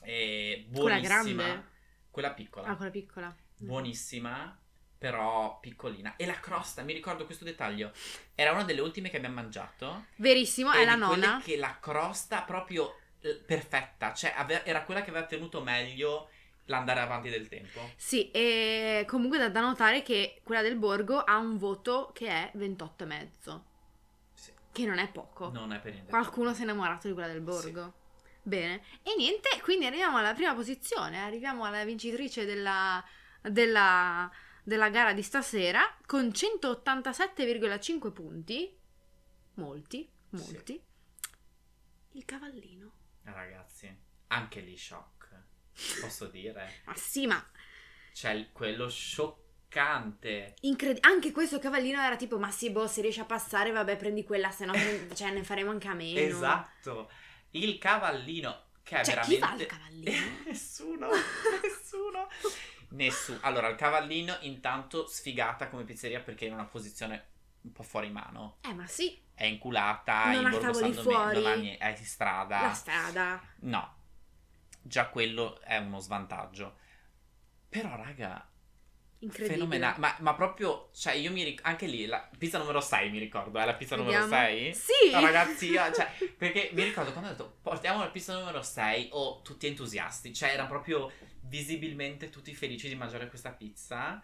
Speaker 1: e
Speaker 2: Quella
Speaker 1: buonissima,
Speaker 2: grande?
Speaker 1: quella piccola
Speaker 2: Ah, quella piccola.
Speaker 1: buonissima, però piccolina. E la crosta, mi ricordo questo dettaglio, era una delle ultime che abbiamo mangiato.
Speaker 2: Verissimo, è
Speaker 1: e
Speaker 2: la
Speaker 1: di quelle
Speaker 2: nona.
Speaker 1: Che la crosta proprio eh, perfetta, cioè ave- era quella che aveva tenuto meglio l'andare avanti del tempo.
Speaker 2: Sì, e comunque da, da notare che quella del borgo ha un voto che è 28 e mezzo,
Speaker 1: Sì.
Speaker 2: che non è poco.
Speaker 1: Non è per niente.
Speaker 2: Qualcuno si è innamorato di quella del borgo. Bene, e niente, quindi arriviamo alla prima posizione, arriviamo alla vincitrice della, della, della gara di stasera con 187,5 punti, molti, molti, Il cavallino.
Speaker 1: Ah, Ragazzi, anche lì shock, posso dire.
Speaker 2: Ma sì, ma
Speaker 1: C'è il- quello scioccante.
Speaker 2: incred- anche questo cavallino era tipo, ma sì, boh, se riesci a passare, vabbè, prendi quella, se no pre- cioè, ne faremo anche a meno.
Speaker 1: Esatto. Il cavallino, che è
Speaker 2: Cioè, chi va al
Speaker 1: veramente...
Speaker 2: cavallino?
Speaker 1: nessuno, nessuno. Nessuno. Allora, il cavallino intanto sfigata come pizzeria perché è in una posizione un po' fuori mano.
Speaker 2: Eh, ma sì,
Speaker 1: È inculata,
Speaker 2: Non
Speaker 1: in
Speaker 2: ha
Speaker 1: Borgo San
Speaker 2: tavoli
Speaker 1: Domenico, non ha
Speaker 2: fuori.
Speaker 1: niente, è in strada.
Speaker 2: la strada.
Speaker 1: No, già quello è uno svantaggio. Però, raga,
Speaker 2: Incredibile.
Speaker 1: fenomenale. Ma, ma proprio, cioè, io mi ricordo, anche lì, la pizza numero 6 mi ricordo, è la pizza numero
Speaker 2: Vediamo.
Speaker 1: 6?
Speaker 2: Sì.
Speaker 1: No, ragazzi, io- cioè, perché mi ricordo quando ho detto portiamo la pizza numero 6, oh, tutti entusiasti, cioè erano proprio visibilmente tutti felici di mangiare questa pizza.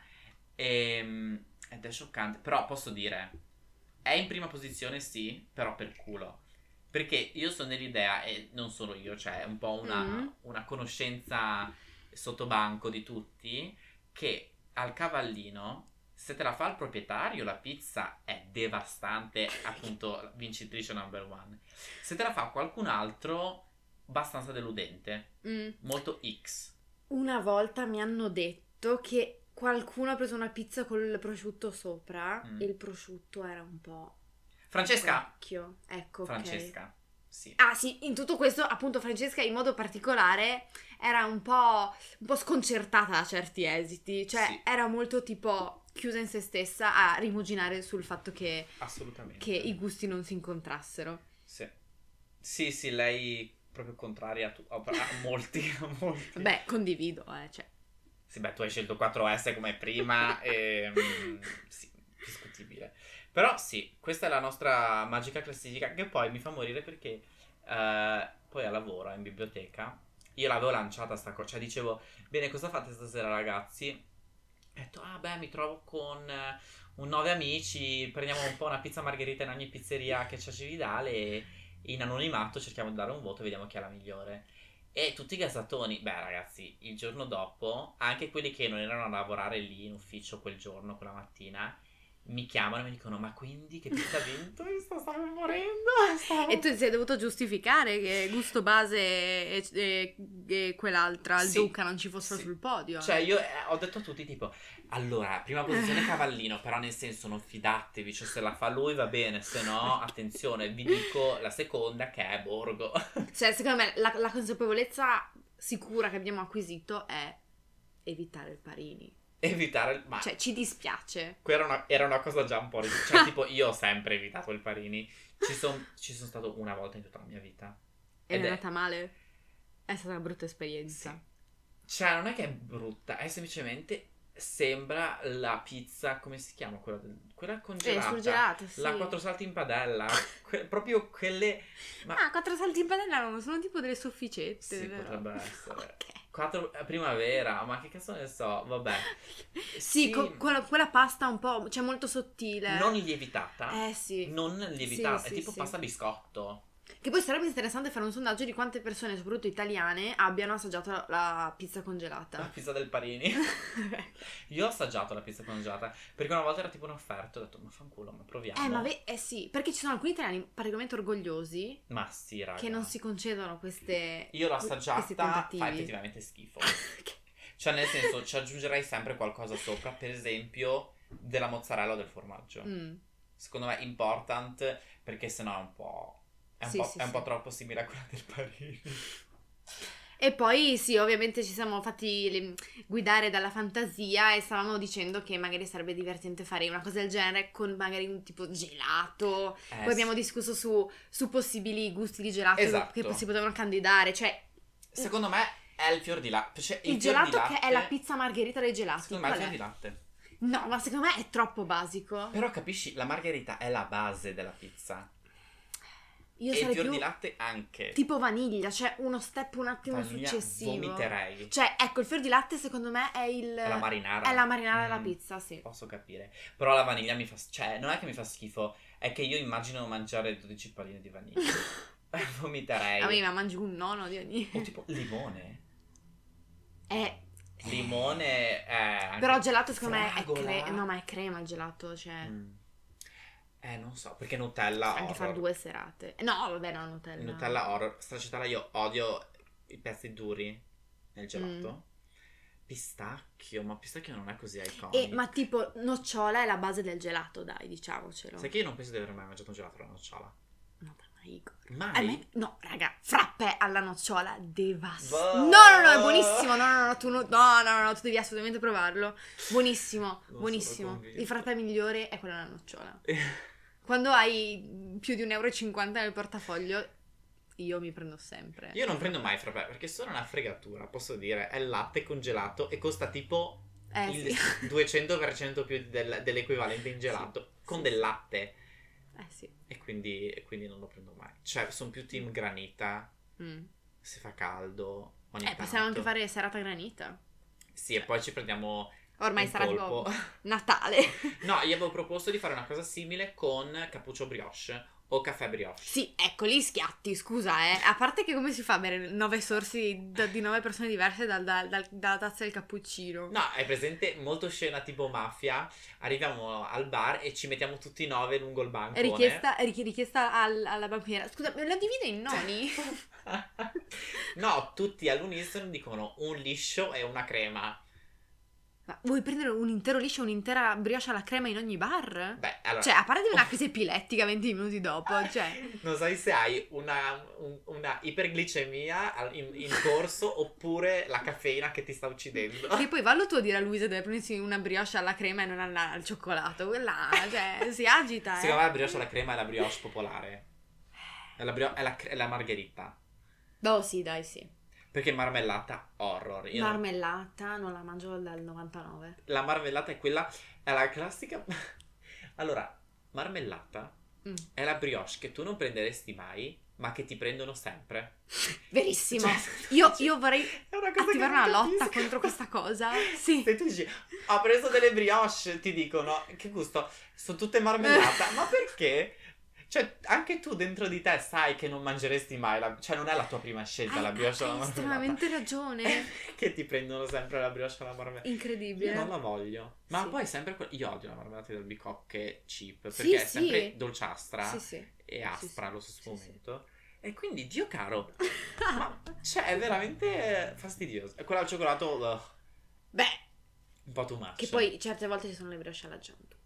Speaker 1: Ehm, ed è scioccante, però posso dire, è in prima posizione sì, però per culo. Perché io sono dell'idea, e non solo io, cioè è un po' una,
Speaker 2: Mm.
Speaker 1: una conoscenza sottobanco di tutti, che al cavallino se te la fa il proprietario, la pizza è devastante, appunto, vincitrice number one. Se te la fa qualcun altro, abbastanza deludente,
Speaker 2: Mm.
Speaker 1: molto X.
Speaker 2: Una volta mi hanno detto che qualcuno ha preso una pizza col prosciutto sopra
Speaker 1: Mm.
Speaker 2: e il prosciutto era un po'
Speaker 1: Francesca!
Speaker 2: vecchio. Ecco, ok.
Speaker 1: Francesca, sì.
Speaker 2: Ah sì, in tutto questo appunto Francesca in modo particolare era un po', un po' sconcertata da certi esiti, cioè
Speaker 1: Sì.
Speaker 2: era molto tipo chiusa in se stessa a rimuginare sul fatto che,
Speaker 1: Assolutamente.
Speaker 2: che i gusti non si incontrassero.
Speaker 1: Sì. sì, sì, lei proprio contraria a, tu- a- a molti, a molti.
Speaker 2: Beh, condivido, eh, cioè.
Speaker 1: Sì, beh, tu hai scelto 4S come prima e... mm, sì, discutibile. Però sì, questa è la nostra magica classifica che poi mi fa morire perché eh, poi a lavoro, in biblioteca, io l'avevo lanciata sta cosa, cioè dicevo, bene, cosa fate stasera ragazzi? Ho detto, ah beh, mi trovo con eh, un nove amici, prendiamo un po' una pizza margherita in ogni pizzeria che c'è a Cividale e in anonimato cerchiamo di dare un voto e vediamo chi è la migliore. E tutti i gasatoni, beh ragazzi, il giorno dopo, anche quelli che non erano a lavorare lì in ufficio quel giorno, quella mattina, mi chiamano e mi dicono, ma quindi che pizza ha vinto? Io sto- stavo morendo. stavo-
Speaker 2: E tu ti sei dovuto giustificare che gusto base e, e- e quell'altra, il
Speaker 1: Sì.
Speaker 2: Duca, non ci fossero
Speaker 1: Sì.
Speaker 2: sul podio. eh.
Speaker 1: Cioè, io eh, ho detto a tutti: tipo, allora, prima posizione cavallino, però nel senso non fidatevi, cioè se la fa lui va bene, se no, attenzione, vi dico la seconda che è Borgo.
Speaker 2: Cioè, secondo me la, la consapevolezza sicura che abbiamo acquisito è evitare il Parini.
Speaker 1: Evitare il. Ma
Speaker 2: Cioè, ci dispiace.
Speaker 1: Quella era una, era una cosa già un po'. rid- Cioè, tipo, io ho sempre evitato il Parini. Ci son- ci sono stato una volta in tutta la mia vita.
Speaker 2: È
Speaker 1: Ed è-
Speaker 2: andata male. È stata una brutta esperienza.
Speaker 1: Cioè, non è che è brutta, è semplicemente. Sembra la pizza, come si chiama quella? del- Quella
Speaker 2: Eh,
Speaker 1: congelata.
Speaker 2: sul gelato, sì.
Speaker 1: La quattro salti in padella. que- proprio quelle. ma-
Speaker 2: Ah, quattro salti in padella non sono tipo delle sofficette,
Speaker 1: Sì,
Speaker 2: vero?
Speaker 1: potrebbe essere.
Speaker 2: Ok.
Speaker 1: 4 eh, primavera, ma che cazzo ne so, vabbè.
Speaker 2: Sì, co- quella, quella pasta un po', cioè molto sottile.
Speaker 1: non lievitata.
Speaker 2: Eh sì.
Speaker 1: Non lievitata,
Speaker 2: Sì,
Speaker 1: è
Speaker 2: sì,
Speaker 1: tipo
Speaker 2: sì.
Speaker 1: pasta biscotto.
Speaker 2: Che poi sarebbe interessante fare un sondaggio di quante persone, soprattutto italiane, abbiano assaggiato la, la pizza
Speaker 1: La
Speaker 2: congelata.
Speaker 1: pizza del Parini. Eh. Io ho assaggiato la pizza congelata perché una volta era tipo un'offerta, ho detto "Ma fanculo, ma proviamo".
Speaker 2: Eh, ma ve- eh sì, perché ci sono alcuni italiani particolarmente orgogliosi
Speaker 1: Ma sì, raga.
Speaker 2: che non si concedono queste.
Speaker 1: Io l'ho
Speaker 2: questi
Speaker 1: assaggiata,
Speaker 2: tentativi.
Speaker 1: fa effettivamente schifo. Cioè, nel senso, ci aggiungerei sempre qualcosa sopra, per esempio della mozzarella o del formaggio.
Speaker 2: Mm.
Speaker 1: secondo me important perché sennò è un po', è un
Speaker 2: Sì,
Speaker 1: po',
Speaker 2: sì,
Speaker 1: è un
Speaker 2: sì.
Speaker 1: po' troppo simile a quella del Parigi.
Speaker 2: E poi sì, ovviamente ci siamo fatti le- guidare dalla fantasia e stavamo dicendo che magari sarebbe divertente fare una cosa del genere con magari un tipo gelato.
Speaker 1: Eh,
Speaker 2: Poi abbiamo discusso su, su possibili gusti di gelato
Speaker 1: Esatto.
Speaker 2: che si potevano candidare. Cioè,
Speaker 1: Secondo me è il fior di latte. Cioè,
Speaker 2: il,
Speaker 1: fior di
Speaker 2: gelato che è la
Speaker 1: latte-
Speaker 2: pizza margherita dei gelati.
Speaker 1: Secondo me è il
Speaker 2: qual
Speaker 1: fior
Speaker 2: è?
Speaker 1: di latte.
Speaker 2: No, ma secondo me è troppo basico.
Speaker 1: Però capisci, la margherita è la base della pizza.
Speaker 2: Io
Speaker 1: e il
Speaker 2: sarei
Speaker 1: fior
Speaker 2: più
Speaker 1: di latte anche.
Speaker 2: tipo vaniglia, cioè uno step un attimo
Speaker 1: Vaniglia,
Speaker 2: successivo.
Speaker 1: Vomiterei.
Speaker 2: Cioè, ecco, il fior di latte secondo me è il
Speaker 1: È la marinara.
Speaker 2: Eh, è la marinara della
Speaker 1: Mm,
Speaker 2: pizza, sì.
Speaker 1: Posso capire. Però la vaniglia mi fa... Cioè, non è che mi fa schifo. È che io immagino mangiare 12 palline di vaniglia. Vomiterei.
Speaker 2: A me ma mangi un nono di ogni.
Speaker 1: O tipo limone.
Speaker 2: Eh,
Speaker 1: Limone è... anche-
Speaker 2: però il gelato secondo me è
Speaker 1: Fragola.
Speaker 2: cre- no, ma è crema il gelato, cioè.
Speaker 1: Mm. Eh, non so, perché Nutella
Speaker 2: Anche fare
Speaker 1: horror.
Speaker 2: due serate. Eh, No, vabbè, no, Nutella.
Speaker 1: Nutella horror. Stracciatella io odio i pezzi duri
Speaker 2: Mm.
Speaker 1: nel gelato. Pistacchio, ma pistacchio non è così iconico.
Speaker 2: E, ma tipo, nocciola è la base del gelato, dai, diciamocelo.
Speaker 1: Sai che io non penso di aver mai mangiato un gelato alla nocciola.
Speaker 2: No, dai, ma Igor. A
Speaker 1: Mai?
Speaker 2: me, no, raga, frappè alla nocciola devasta.
Speaker 1: Va-
Speaker 2: No, no, no, è buonissimo. No, no, no, tu, no, no, no, no, tu devi assolutamente provarlo. Buonissimo,
Speaker 1: sono
Speaker 2: buonissimo.
Speaker 1: convinto.
Speaker 2: Il frappè migliore è quello alla nocciola. Quando hai più di 1,50 euro nel portafoglio, io mi prendo sempre.
Speaker 1: Io non prendo mai frappè perché sono una fregatura, posso dire. È latte congelato e costa tipo
Speaker 2: Eh,
Speaker 1: il
Speaker 2: sì.
Speaker 1: 200% più del- dell'equivalente in gelato
Speaker 2: Sì,
Speaker 1: con
Speaker 2: sì,
Speaker 1: del
Speaker 2: sì.
Speaker 1: latte.
Speaker 2: Eh, sì.
Speaker 1: E quindi, e quindi non lo prendo mai. Cioè, sono più team granita,
Speaker 2: Mm.
Speaker 1: se fa caldo, ogni
Speaker 2: Eh, possiamo
Speaker 1: tanto.
Speaker 2: anche fare serata granita.
Speaker 1: Sì, e poi ci prendiamo
Speaker 2: Ormai
Speaker 1: un
Speaker 2: sarà
Speaker 1: colpo.
Speaker 2: tipo Natale.
Speaker 1: No, io avevo proposto di fare una cosa simile con cappuccio brioche o caffè brioche.
Speaker 2: Sì, ecco, lì schiatti, scusa, eh. A parte che come si fa a bere nove sorsi da- di nove persone diverse dal- dal- dal- dalla tazza del cappuccino?
Speaker 1: No, è presente molto scena tipo mafia. Arriviamo al bar e ci mettiamo tutti e nove lungo il bancone.
Speaker 2: Richiesta, richi- richiesta al- alla banchiera. Scusa, me la divido in noni?
Speaker 1: no, tutti all'unisono dicono un liscio e una crema.
Speaker 2: Ma vuoi prendere un intero liscio, un'intera brioche alla crema in ogni bar?
Speaker 1: Beh, oh. Ah, allora,
Speaker 2: Cioè, a parte di una crisi epilettica 20 minuti dopo, cioè...
Speaker 1: non sai se hai una, un- una iperglicemia al- in, in corso oppure la caffeina che ti sta uccidendo.
Speaker 2: Che poi vallo tu a dire a Luisa deve prendersi una brioche alla crema e non alla- al cioccolato. Quella, cioè, si agita, eh.
Speaker 1: Secondo me la brioche alla crema è la brioche popolare. È la, brio- è la, cre- è la margherita.
Speaker 2: No, Boh, sì, dai, sì.
Speaker 1: Perché marmellata horror. Io non-
Speaker 2: Marmellata non la mangio dal 99.
Speaker 1: la marmellata è quella. È la classica. allora, marmellata
Speaker 2: Mm.
Speaker 1: è la brioche che tu non prenderesti mai, ma che ti prendono sempre.
Speaker 2: Verissimo.
Speaker 1: Cioè-
Speaker 2: Io, io vorrei
Speaker 1: È una cosa che
Speaker 2: attivare
Speaker 1: non
Speaker 2: Ah, una lotta
Speaker 1: capisco.
Speaker 2: contro questa cosa. Sì.
Speaker 1: Se tu dici, ho preso delle brioche, ti dicono, che gusto, sono tutte marmellata, ma perché? Cioè, anche tu dentro di te sai che non mangeresti mai, la- cioè non è la tua prima scelta la
Speaker 2: Hai-
Speaker 1: brioche alla
Speaker 2: hai
Speaker 1: marmellata.
Speaker 2: Ah, estremamente ragione.
Speaker 1: che ti prendono sempre la brioche alla marmellata. Io
Speaker 2: Incredibile.
Speaker 1: non la voglio. Ma
Speaker 2: Sì.
Speaker 1: poi è sempre que- Io odio la marmellata del bicocche cheap, perché
Speaker 2: Sì,
Speaker 1: è
Speaker 2: sì.
Speaker 1: sempre dolciastra
Speaker 2: Sì, sì.
Speaker 1: e aspra allo
Speaker 2: sì,
Speaker 1: stesso
Speaker 2: sì.
Speaker 1: momento. E quindi, Dio caro, ma cioè, è veramente fastidioso. E quella al cioccolato, ugh,
Speaker 2: Beh,
Speaker 1: un po' too much.
Speaker 2: che poi certe volte ci sono le brioche alla gianduia.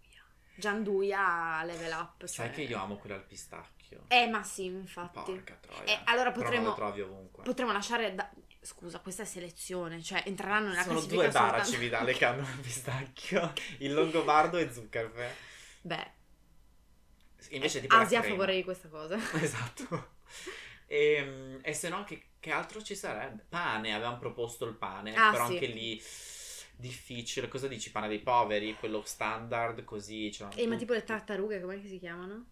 Speaker 2: Gianduia level up.
Speaker 1: Sai
Speaker 2: cioè-
Speaker 1: che io amo quella al pistacchio.
Speaker 2: Eh, ma sì, infatti.
Speaker 1: Porca troia.
Speaker 2: Eh, allora
Speaker 1: Però
Speaker 2: potremmo-
Speaker 1: non lo trovi ovunque.
Speaker 2: Potremmo lasciare da... Scusa, questa è selezione, cioè entreranno nella
Speaker 1: Sono
Speaker 2: classifica
Speaker 1: due bar a
Speaker 2: soltanto-
Speaker 1: Cividale che hanno il pistacchio, il Longobardo e Zuckerfe.
Speaker 2: Beh,
Speaker 1: Invece tipo la
Speaker 2: Asia a
Speaker 1: crema.
Speaker 2: favore di questa cosa.
Speaker 1: Esatto. E, e se no, che, che altro ci sarebbe? Pane, avevamo proposto il pane,
Speaker 2: Ah,
Speaker 1: però
Speaker 2: sì.
Speaker 1: anche lì difficile. Cosa dici? Pane dei poveri, quello standard, così. Cioè,
Speaker 2: E Eh, ma tipo le tartarughe, com'è che si chiamano?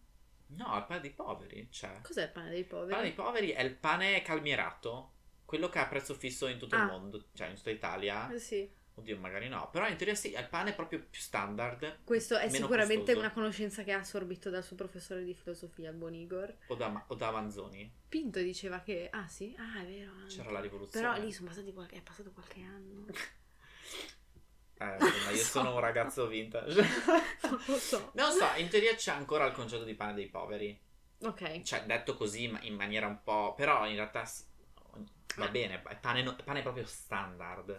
Speaker 1: No, il pane dei poveri, cioè. Il
Speaker 2: Cos'è il pane dei poveri?
Speaker 1: pane dei poveri è il pane calmierato, quello che ha prezzo fisso in tutto
Speaker 2: Ah.
Speaker 1: il mondo, cioè in tutta Italia.
Speaker 2: Eh Sì,
Speaker 1: Oddio, magari no, però in teoria sì, è il pane proprio più standard
Speaker 2: questo è
Speaker 1: Meno
Speaker 2: sicuramente
Speaker 1: costoso.
Speaker 2: una conoscenza che ha assorbito dal suo professore di filosofia, il buon Igor.
Speaker 1: o da, o da Manzoni.
Speaker 2: Pinto diceva che... Ah sì? Ah è vero. anche.
Speaker 1: C'era la rivoluzione.
Speaker 2: Però lì sono passati qualche... è passato qualche anno.
Speaker 1: Eh, ma io sono un ragazzo vintage.
Speaker 2: non lo so.
Speaker 1: Non so, in teoria c'è ancora il concetto di pane dei poveri.
Speaker 2: Ok.
Speaker 1: Cioè, detto così ma- in maniera un po'. Però in realtà s- va bene, è pane, no- è pane proprio standard.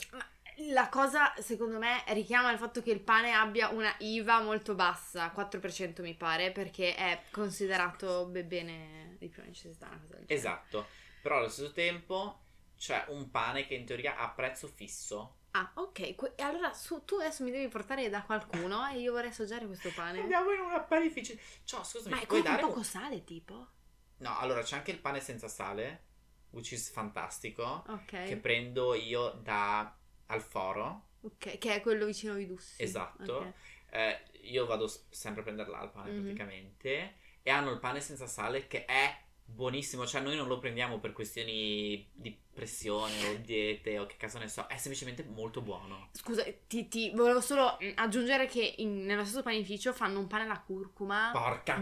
Speaker 2: La cosa, secondo me, richiama il fatto che il pane abbia una IVA molto bassa, 4% mi pare, perché è considerato be- bene di prima necessità, una cosa del genere.
Speaker 1: Esatto. Però allo stesso tempo c'è un pane che in teoria ha prezzo fisso.
Speaker 2: Ah, ok. que- e allora su- tu adesso mi devi portare da qualcuno e io vorrei assaggiare questo pane.
Speaker 1: in una panifici. Ciao, scusami,
Speaker 2: Eh. Ma è
Speaker 1: puoi
Speaker 2: con un
Speaker 1: dare.
Speaker 2: poco
Speaker 1: un-
Speaker 2: sale, tipo?
Speaker 1: No, allora c'è anche il pane senza sale, which is fantastico.
Speaker 2: Ok.
Speaker 1: Che prendo io da Alforo.
Speaker 2: ok, Che è quello vicino a Vidussi.
Speaker 1: Esatto.
Speaker 2: Ok.
Speaker 1: Eh, io vado s- sempre a prenderla al pane
Speaker 2: Mhm.
Speaker 1: praticamente e hanno il pane senza sale che è buonissimo, cioè noi non lo prendiamo per questioni di depressione o diete o che cazzo ne so, è semplicemente molto buono.
Speaker 2: Scusa, ti, ti- volevo solo mm, aggiungere che in- nello stesso panificio fanno un pane alla curcuma
Speaker 1: Porca
Speaker 2: Ah,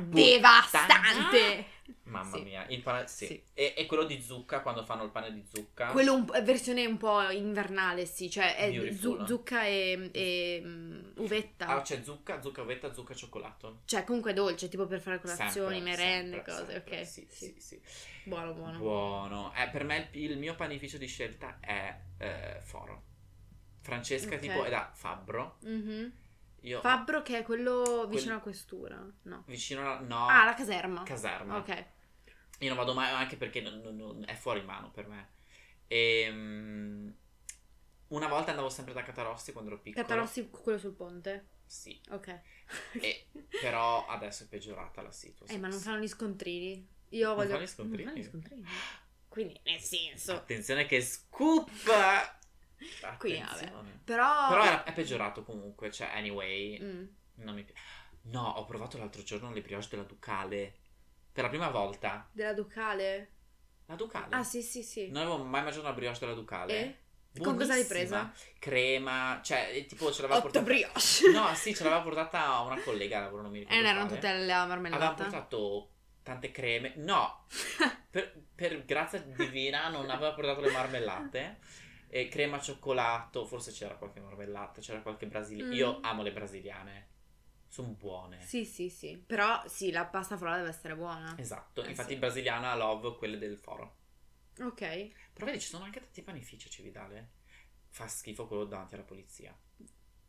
Speaker 2: devastante.
Speaker 1: puttana! Mamma
Speaker 2: Sì.
Speaker 1: mia, il pane, sì.
Speaker 2: Sì.
Speaker 1: E, e quello di zucca, quando fanno il pane di zucca.
Speaker 2: Quello un, è versione un po' invernale, sì, cioè è
Speaker 1: Beautiful.
Speaker 2: zu- zucca e, e, mm, uvetta.
Speaker 1: Ah, c'è zucca, zucca ovetta, zucca e cioccolato.
Speaker 2: Cioè, comunque è dolce, tipo per fare colazioni,
Speaker 1: Sempre,
Speaker 2: merende,
Speaker 1: sempre,
Speaker 2: cose,
Speaker 1: sempre.
Speaker 2: ok.
Speaker 1: Sì,
Speaker 2: sì.
Speaker 1: sì, sì.
Speaker 2: Buono, buono.
Speaker 1: Buono. Eh, per me il, il mio panificio di scelta è eh, Foro. Francesca
Speaker 2: Ok.
Speaker 1: tipo è da Fabbro.
Speaker 2: Mhm.
Speaker 1: Io
Speaker 2: Fabbro che è quello
Speaker 1: Quel-
Speaker 2: vicino alla questura, no.
Speaker 1: vicino alla no,
Speaker 2: Ah, la caserma.
Speaker 1: caserma.
Speaker 2: Ok.
Speaker 1: Io non vado mai anche perché non- non- non- è fuori mano per me. Ehm, una volta andavo sempre da Catarossi quando ero piccolo.
Speaker 2: Catarossi quello sul ponte.
Speaker 1: Sì,
Speaker 2: Ok.
Speaker 1: E- però adesso è peggiorata la situazione.
Speaker 2: Eh, ma non fanno gli scontrini. Io
Speaker 1: Non
Speaker 2: voglio.
Speaker 1: fanno gli scontrini? Ah.
Speaker 2: Non fanno gli scontrini. Quindi, nel senso.
Speaker 1: Attenzione che scoop!
Speaker 2: Quindi,
Speaker 1: Attenzione.
Speaker 2: Però.
Speaker 1: Però era- è peggiorato comunque, cioè anyway,
Speaker 2: Mm.
Speaker 1: non mi pi- No, ho provato l'altro giorno le brioche della Ducale. Per la prima volta.
Speaker 2: Della Ducale?
Speaker 1: La Ducale.
Speaker 2: Ah, sì, sì, sì.
Speaker 1: Non avevo mai mangiato una brioche della Ducale.
Speaker 2: e? Con cosa
Speaker 1: Buonissima.
Speaker 2: l'hai presa?
Speaker 1: Crema, cioè eh, tipo ce l'aveva
Speaker 2: Otto
Speaker 1: portata
Speaker 2: brioche.
Speaker 1: No, sì, ce l'aveva portata una collega, lavoro non mi ricordo
Speaker 2: E non Eh, erano
Speaker 1: quale.
Speaker 2: tutte alla
Speaker 1: Avevamo
Speaker 2: marmellata.
Speaker 1: portato tante creme. No, per, per grazia divina non aveva portato le marmellate. E crema al cioccolato, forse c'era qualche marmellata, c'era qualche brasiliana.
Speaker 2: Mm.
Speaker 1: Io amo le brasiliane. Sono buone.
Speaker 2: Sì, sì, sì. Però sì, la pasta frolla deve essere buona.
Speaker 1: Esatto,
Speaker 2: Eh,
Speaker 1: infatti
Speaker 2: sì.
Speaker 1: brasiliana love quelle del foro.
Speaker 2: Ok.
Speaker 1: Però vedi, ci sono anche tanti panifici a Cividale. eh. Fa schifo quello davanti alla polizia.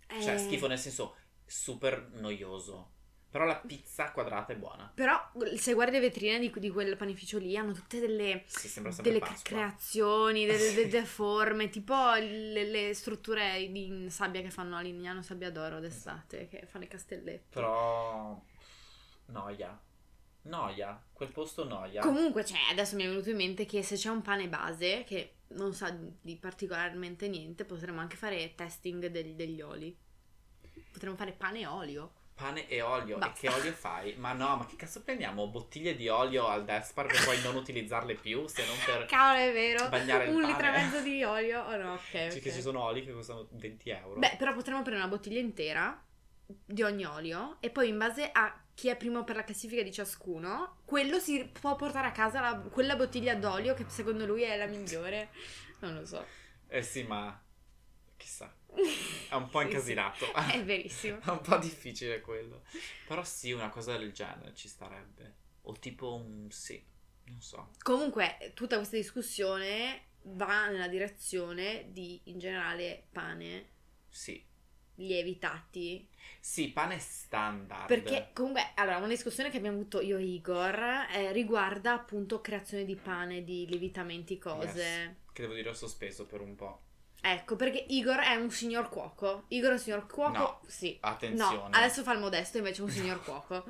Speaker 1: Cioè,
Speaker 2: Eh,
Speaker 1: schifo nel senso super noioso. Però la pizza quadrata è buona.
Speaker 2: Però se guardi le vetrine di, di quel panificio lì hanno tutte delle,
Speaker 1: Si sembra sempre
Speaker 2: delle
Speaker 1: Pasqua.
Speaker 2: creazioni, delle,
Speaker 1: Sì.
Speaker 2: delle forme, tipo le, le strutture in sabbia che fanno a Lignano Sabbia d'Oro d'estate, che fanno i castelletti.
Speaker 1: Esatto. Però noia. Noia, quel posto noia.
Speaker 2: Comunque, cioè, adesso mi è venuto in mente che se c'è un pane base che non sa di particolarmente niente, potremmo anche fare testing del- degli oli. Potremmo fare pane e olio.
Speaker 1: Pane e olio. E
Speaker 2: Basta.
Speaker 1: che olio fai? Ma no, ma che cazzo prendiamo? Bottiglie di olio al Despar per poi non utilizzarle più se non per...
Speaker 2: Cavolo, è vero.
Speaker 1: Bagnare il
Speaker 2: un
Speaker 1: pane.
Speaker 2: litro e mezzo di olio. Oh no, ok.
Speaker 1: Cioè,
Speaker 2: ok.
Speaker 1: che ci sono oli che costano 20 euro.
Speaker 2: Beh, però potremmo prendere una bottiglia intera di ogni olio e poi in base a chi è primo per la classifica di ciascuno, quello si può portare a casa la- quella bottiglia d'olio che secondo lui è la migliore. Non lo so.
Speaker 1: Eh sì, ma... Chissà. È un po'
Speaker 2: Sì, sì.
Speaker 1: incasinato.
Speaker 2: È verissimo.
Speaker 1: È un po' difficile quello. Però sì, una cosa del genere ci starebbe. O tipo un... sì, non so.
Speaker 2: Comunque, tutta questa discussione va nella direzione di, in generale, pane,
Speaker 1: Sì.
Speaker 2: lievitati.
Speaker 1: Sì, pane standard.
Speaker 2: Perché, comunque, allora, una discussione che abbiamo avuto io e Igor eh, riguarda appunto creazione di pane, di lievitamenti, cose.
Speaker 1: Yes. Che devo dire ho sospeso per un po'.
Speaker 2: Ecco, perché Igor è un signor cuoco. Igor è un signor cuoco,
Speaker 1: No.
Speaker 2: sì.
Speaker 1: Attenzione.
Speaker 2: No, adesso fa il modesto, invece è un signor cuoco.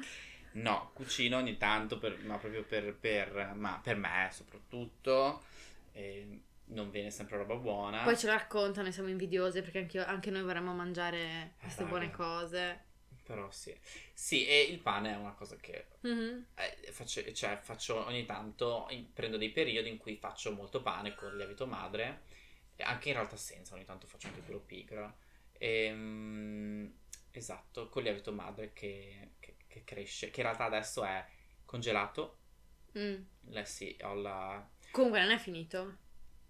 Speaker 1: No, cucino ogni tanto, per- ma proprio per, per- ma per me soprattutto. E non viene sempre roba buona.
Speaker 2: Poi ce lo raccontano e siamo invidiose perché anch'io- anche noi vorremmo mangiare queste
Speaker 1: Eh,
Speaker 2: buone
Speaker 1: raga.
Speaker 2: cose.
Speaker 1: Però sì. Sì, e il pane è una cosa che
Speaker 2: Mhm.
Speaker 1: eh, faccio, cioè, faccio ogni tanto, in- prendo dei periodi in cui faccio molto pane con lievito madre, e anche in realtà senza, ogni tanto faccio anche quello pigro. Ehm, esatto, con lievito madre che, che- che cresce, che in realtà adesso è congelato.
Speaker 2: Mm.
Speaker 1: Eh sì, ho la
Speaker 2: Comunque non è finito.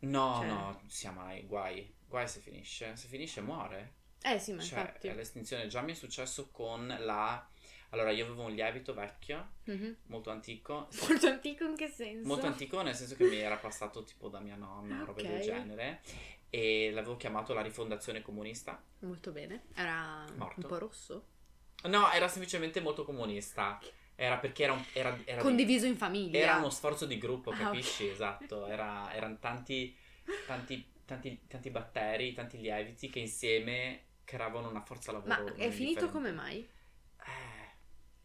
Speaker 1: No,
Speaker 2: Cioè-
Speaker 1: no, siamo ai guai. Guai se finisce. Se finisce muore.
Speaker 2: Eh sì, ma
Speaker 1: Cioè,
Speaker 2: infatti.
Speaker 1: è l'estinzione. Già mi è successo con la... Allora, io avevo un lievito vecchio,
Speaker 2: Mhm.
Speaker 1: molto antico.
Speaker 2: Molto antico in che senso?
Speaker 1: Molto antico nel senso che mi era passato tipo da mia nonna,
Speaker 2: Esatto. Ah,
Speaker 1: roba
Speaker 2: ok.
Speaker 1: del genere. E l'avevo chiamato la rifondazione comunista.
Speaker 2: Molto bene. Era
Speaker 1: Morto.
Speaker 2: un po' rosso.
Speaker 1: No, era semplicemente molto comunista. Era perché era... un- era, era di-
Speaker 2: Condiviso in famiglia.
Speaker 1: Era uno sforzo di gruppo,
Speaker 2: Ah,
Speaker 1: capisci?
Speaker 2: ok.
Speaker 1: Esatto, Era- erano tanti, tanti, tanti, tanti batteri, tanti lieviti che insieme creavano una forza lavoro.
Speaker 2: Ma
Speaker 1: non
Speaker 2: è finito
Speaker 1: indifferente.
Speaker 2: come mai?
Speaker 1: Eh,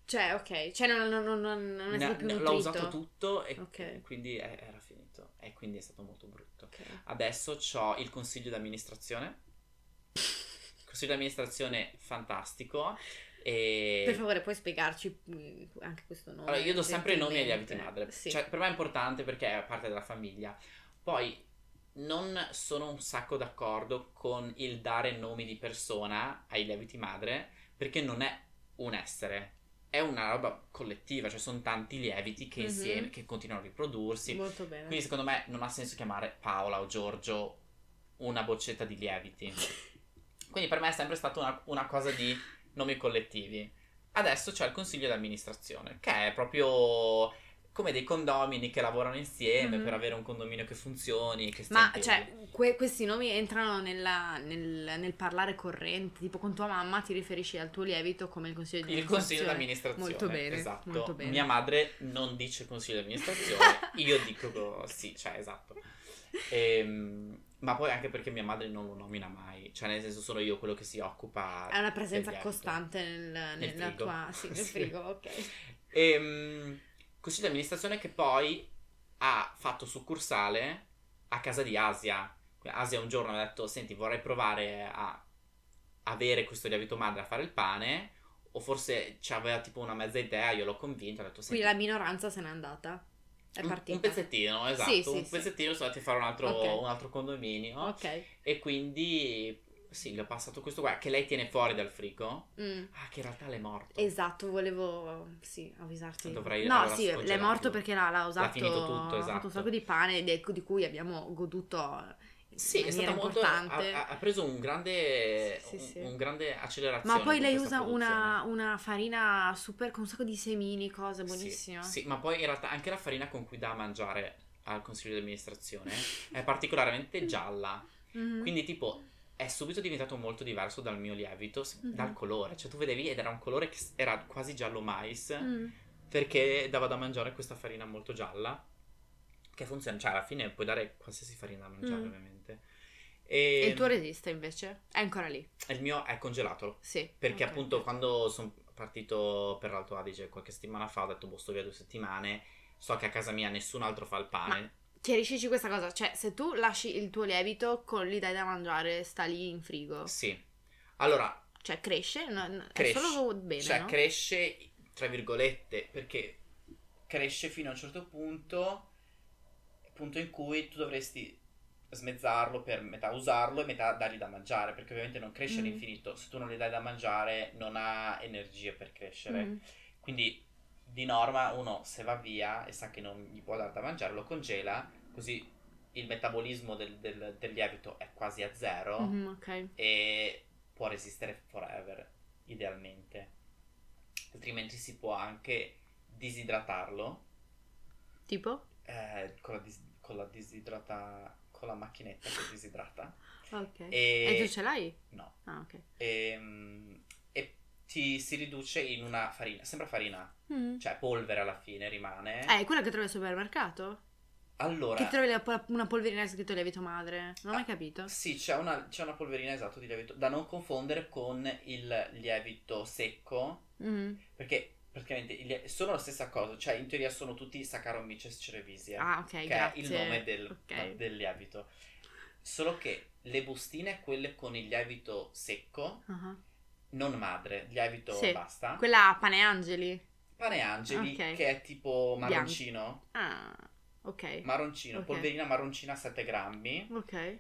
Speaker 2: Cioè, ok. Cioè, non, non- non- non- non è
Speaker 1: ne-
Speaker 2: stato più
Speaker 1: ne-
Speaker 2: nutrito.
Speaker 1: l'ho usato tutto e
Speaker 2: Ok.
Speaker 1: e quindi è- era finito. E quindi è stato molto brutto.
Speaker 2: Ok.
Speaker 1: Adesso ho il consiglio di amministrazione. Consiglio di amministrazione fantastico. E...
Speaker 2: Per favore, puoi spiegarci mm, anche questo nome?
Speaker 1: Allora, io do sempre i nomi agli abiti
Speaker 2: gentilmente?
Speaker 1: madre.
Speaker 2: Sì.
Speaker 1: Cioè, per me è importante perché è parte della famiglia. Poi non sono un sacco d'accordo con il dare nomi di persona ai lieviti madre perché non è un essere, è una roba collettiva, cioè sono tanti lieviti che
Speaker 2: Mhm.
Speaker 1: insieme che continuano a riprodursi.
Speaker 2: Molto bene.
Speaker 1: Quindi secondo me non ha senso chiamare Paola o Giorgio una boccetta di lieviti. Quindi per me è sempre stata una, una cosa di nomi collettivi. Adesso c'è il consiglio di amministrazione, che è proprio come dei condomini che lavorano insieme
Speaker 2: Mhm.
Speaker 1: per avere un condominio che funzioni, che stia
Speaker 2: Ma
Speaker 1: in piedi.
Speaker 2: cioè, que- questi nomi entrano nella- nel, nel parlare corrente, tipo con tua mamma ti riferisci al tuo lievito come il consiglio di
Speaker 1: Il consiglio di
Speaker 2: amministrazione.
Speaker 1: amministrazione.
Speaker 2: Molto bene,
Speaker 1: Esatto.
Speaker 2: molto bene.
Speaker 1: Mia madre non dice consiglio di amministrazione, io dico co- sì, cioè esatto. Ehm, ma poi anche perché mia madre non lo nomina mai, cioè nel senso sono io quello che si occupa.
Speaker 2: È una presenza
Speaker 1: del lievito.
Speaker 2: costante nel, nel- nella
Speaker 1: frigo.
Speaker 2: tua... Sì, nel
Speaker 1: Sì.
Speaker 2: frigo, ok.
Speaker 1: Ehm, consiglio di amministrazione che poi ha fatto succursale a casa di Asia. Asia un giorno mi ha detto: Senti, vorrei provare a avere questo lievito madre a fare il pane. O forse ci aveva tipo una mezza idea, io l'ho convinto, ho detto: Senti,
Speaker 2: Quindi la minoranza se n'è andata. È
Speaker 1: un-
Speaker 2: partita.
Speaker 1: Un pezzettino, esatto.
Speaker 2: Sì, sì,
Speaker 1: un
Speaker 2: sì.
Speaker 1: pezzettino sono andati a fare un altro,
Speaker 2: Ok.
Speaker 1: un altro condominio.
Speaker 2: Ok.
Speaker 1: E quindi sì, le ho passato questo qua che lei tiene fuori dal frigo.
Speaker 2: Mm.
Speaker 1: Ah, che in realtà l'è morto.
Speaker 2: Esatto, volevo sì, avvisarti.
Speaker 1: Dovrei
Speaker 2: no,
Speaker 1: allora
Speaker 2: sì,
Speaker 1: scongelarlo.
Speaker 2: l'è morto perché l'ha, l'ha usato.
Speaker 1: finito tutto,
Speaker 2: ha fatto
Speaker 1: esatto.
Speaker 2: un sacco di pane di, di cui abbiamo goduto in
Speaker 1: Sì, è
Speaker 2: maniera
Speaker 1: stata molto.
Speaker 2: importante.
Speaker 1: Ha, ha- ha preso un grande.
Speaker 2: Sì, sì, sì.
Speaker 1: Un, un grande accelerazione.
Speaker 2: Ma poi
Speaker 1: con
Speaker 2: lei
Speaker 1: questa
Speaker 2: usa una,
Speaker 1: produzione.
Speaker 2: una farina super con un sacco di semini, cose
Speaker 1: Sì,
Speaker 2: buonissime.
Speaker 1: Sì, ma poi in realtà anche la farina con cui dà a mangiare al consiglio di amministrazione è
Speaker 2: Mm.
Speaker 1: particolarmente gialla.
Speaker 2: Mhm.
Speaker 1: Quindi, tipo, è subito diventato molto diverso dal mio lievito, s-
Speaker 2: Mhm.
Speaker 1: dal colore. Cioè, tu vedevi ed era un colore che s- era quasi giallo mais,
Speaker 2: Mm.
Speaker 1: eh, perché dava da mangiare questa farina molto gialla, che funziona. Cioè, alla fine puoi dare qualsiasi farina da mangiare,
Speaker 2: Mm.
Speaker 1: ovviamente. E,
Speaker 2: E il tuo resiste invece? È ancora lì.
Speaker 1: il mio è congelato,
Speaker 2: Sì.
Speaker 1: perché
Speaker 2: ok.
Speaker 1: appunto quando sono partito per l'Alto Adige qualche settimana fa ho detto, boh, sto via due settimane, so che a casa mia nessun altro fa il pane.
Speaker 2: Chiariscici questa cosa, cioè se tu lasci il tuo lievito con gli dai da mangiare, sta lì in frigo,
Speaker 1: Sì. Allora,
Speaker 2: cioè cresce, no- no-
Speaker 1: cresce,
Speaker 2: è solo bene,
Speaker 1: cioè
Speaker 2: no?
Speaker 1: cresce tra virgolette perché cresce fino a un certo punto punto in cui tu dovresti smezzarlo per metà usarlo e metà dargli da mangiare perché ovviamente non cresce
Speaker 2: Mhm.
Speaker 1: all'infinito se tu non gli dai da mangiare non ha energie per crescere
Speaker 2: Mm.
Speaker 1: quindi di norma uno se va via e sa che non gli può dare da mangiare lo congela così il metabolismo del, del- del lievito è quasi a zero
Speaker 2: Mhm, ok.
Speaker 1: e può resistere forever, idealmente. Altrimenti si può anche disidratarlo
Speaker 2: Tipo?
Speaker 1: eh, con, la dis- con la disidrata con la macchinetta che disidrata.
Speaker 2: Ok. E,
Speaker 1: E,
Speaker 2: tu ce l'hai?
Speaker 1: no.
Speaker 2: Ah, ok.
Speaker 1: Ehm, E, ti si riduce in una farina, sembra farina,
Speaker 2: Mm.
Speaker 1: cioè polvere alla fine rimane.
Speaker 2: Eh, è quella che trovi al supermercato?
Speaker 1: Allora,
Speaker 2: Che trovi la pol- una polverina che è scritto lievito madre? Non
Speaker 1: Ah.
Speaker 2: ho mai capito.
Speaker 1: Sì, c'è una, c'è una polverina esatto di lievito da non confondere con il lievito secco
Speaker 2: Mhm.
Speaker 1: Perché praticamente il- sono la stessa cosa, cioè in teoria sono tutti Saccharomyces cerevisiae,
Speaker 2: Ah, ok,
Speaker 1: che
Speaker 2: grazie.
Speaker 1: è il nome del,
Speaker 2: Ok.
Speaker 1: del lievito. Solo che le bustine, quelle con il lievito secco,
Speaker 2: Ah,
Speaker 1: non madre, lievito
Speaker 2: Sì.
Speaker 1: basta,
Speaker 2: ah. Quella a pane angeli.
Speaker 1: pane angeli,
Speaker 2: Ok.
Speaker 1: che è tipo marroncino,
Speaker 2: Ah, ok.
Speaker 1: marroncino,
Speaker 2: Ok.
Speaker 1: polverina marroncina a 7 grammi,
Speaker 2: Ok.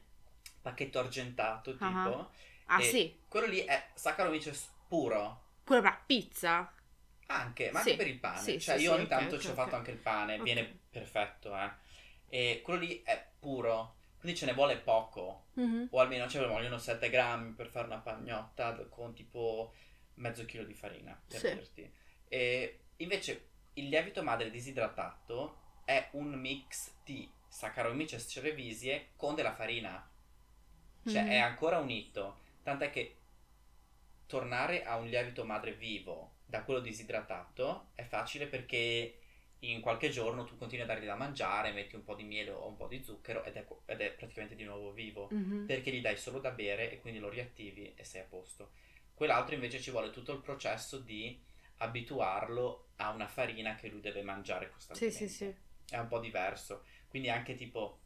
Speaker 1: pacchetto argentato tipo.
Speaker 2: Ah. Ah,
Speaker 1: E
Speaker 2: sì.
Speaker 1: Quello lì è Saccharomyces puro.
Speaker 2: Quella per la pizza.
Speaker 1: Anche, ma
Speaker 2: Sì,
Speaker 1: anche per il pane.
Speaker 2: sì,
Speaker 1: cioè,
Speaker 2: sì,
Speaker 1: io
Speaker 2: sì,
Speaker 1: ogni
Speaker 2: ok,
Speaker 1: tanto
Speaker 2: ok,
Speaker 1: ci ho
Speaker 2: ok.
Speaker 1: fatto anche il pane,
Speaker 2: Ok.
Speaker 1: viene perfetto, eh. E quello lì è puro, quindi ce ne vuole poco,
Speaker 2: Mhm.
Speaker 1: o almeno ce ne vogliono 7 grammi per fare una pagnotta d- con tipo mezzo chilo di farina, per
Speaker 2: Sì.
Speaker 1: dirti. E invece il lievito madre disidratato è un mix di Saccharomyces cerevisiae con della farina, cioè
Speaker 2: Mhm.
Speaker 1: è ancora unito, tant'è che tornare a un lievito madre vivo da quello disidratato è facile perché in qualche giorno tu continui a dargli da mangiare, metti un po' di miele o un po' di zucchero ed è, ed è praticamente di nuovo vivo,
Speaker 2: Mhm.
Speaker 1: perché gli dai solo da bere e quindi lo riattivi e sei a posto. Quell'altro invece ci vuole tutto il processo di abituarlo a una farina che lui deve mangiare
Speaker 2: Sì,
Speaker 1: costantemente
Speaker 2: sì, sì.
Speaker 1: è un po' diverso. Quindi anche tipo,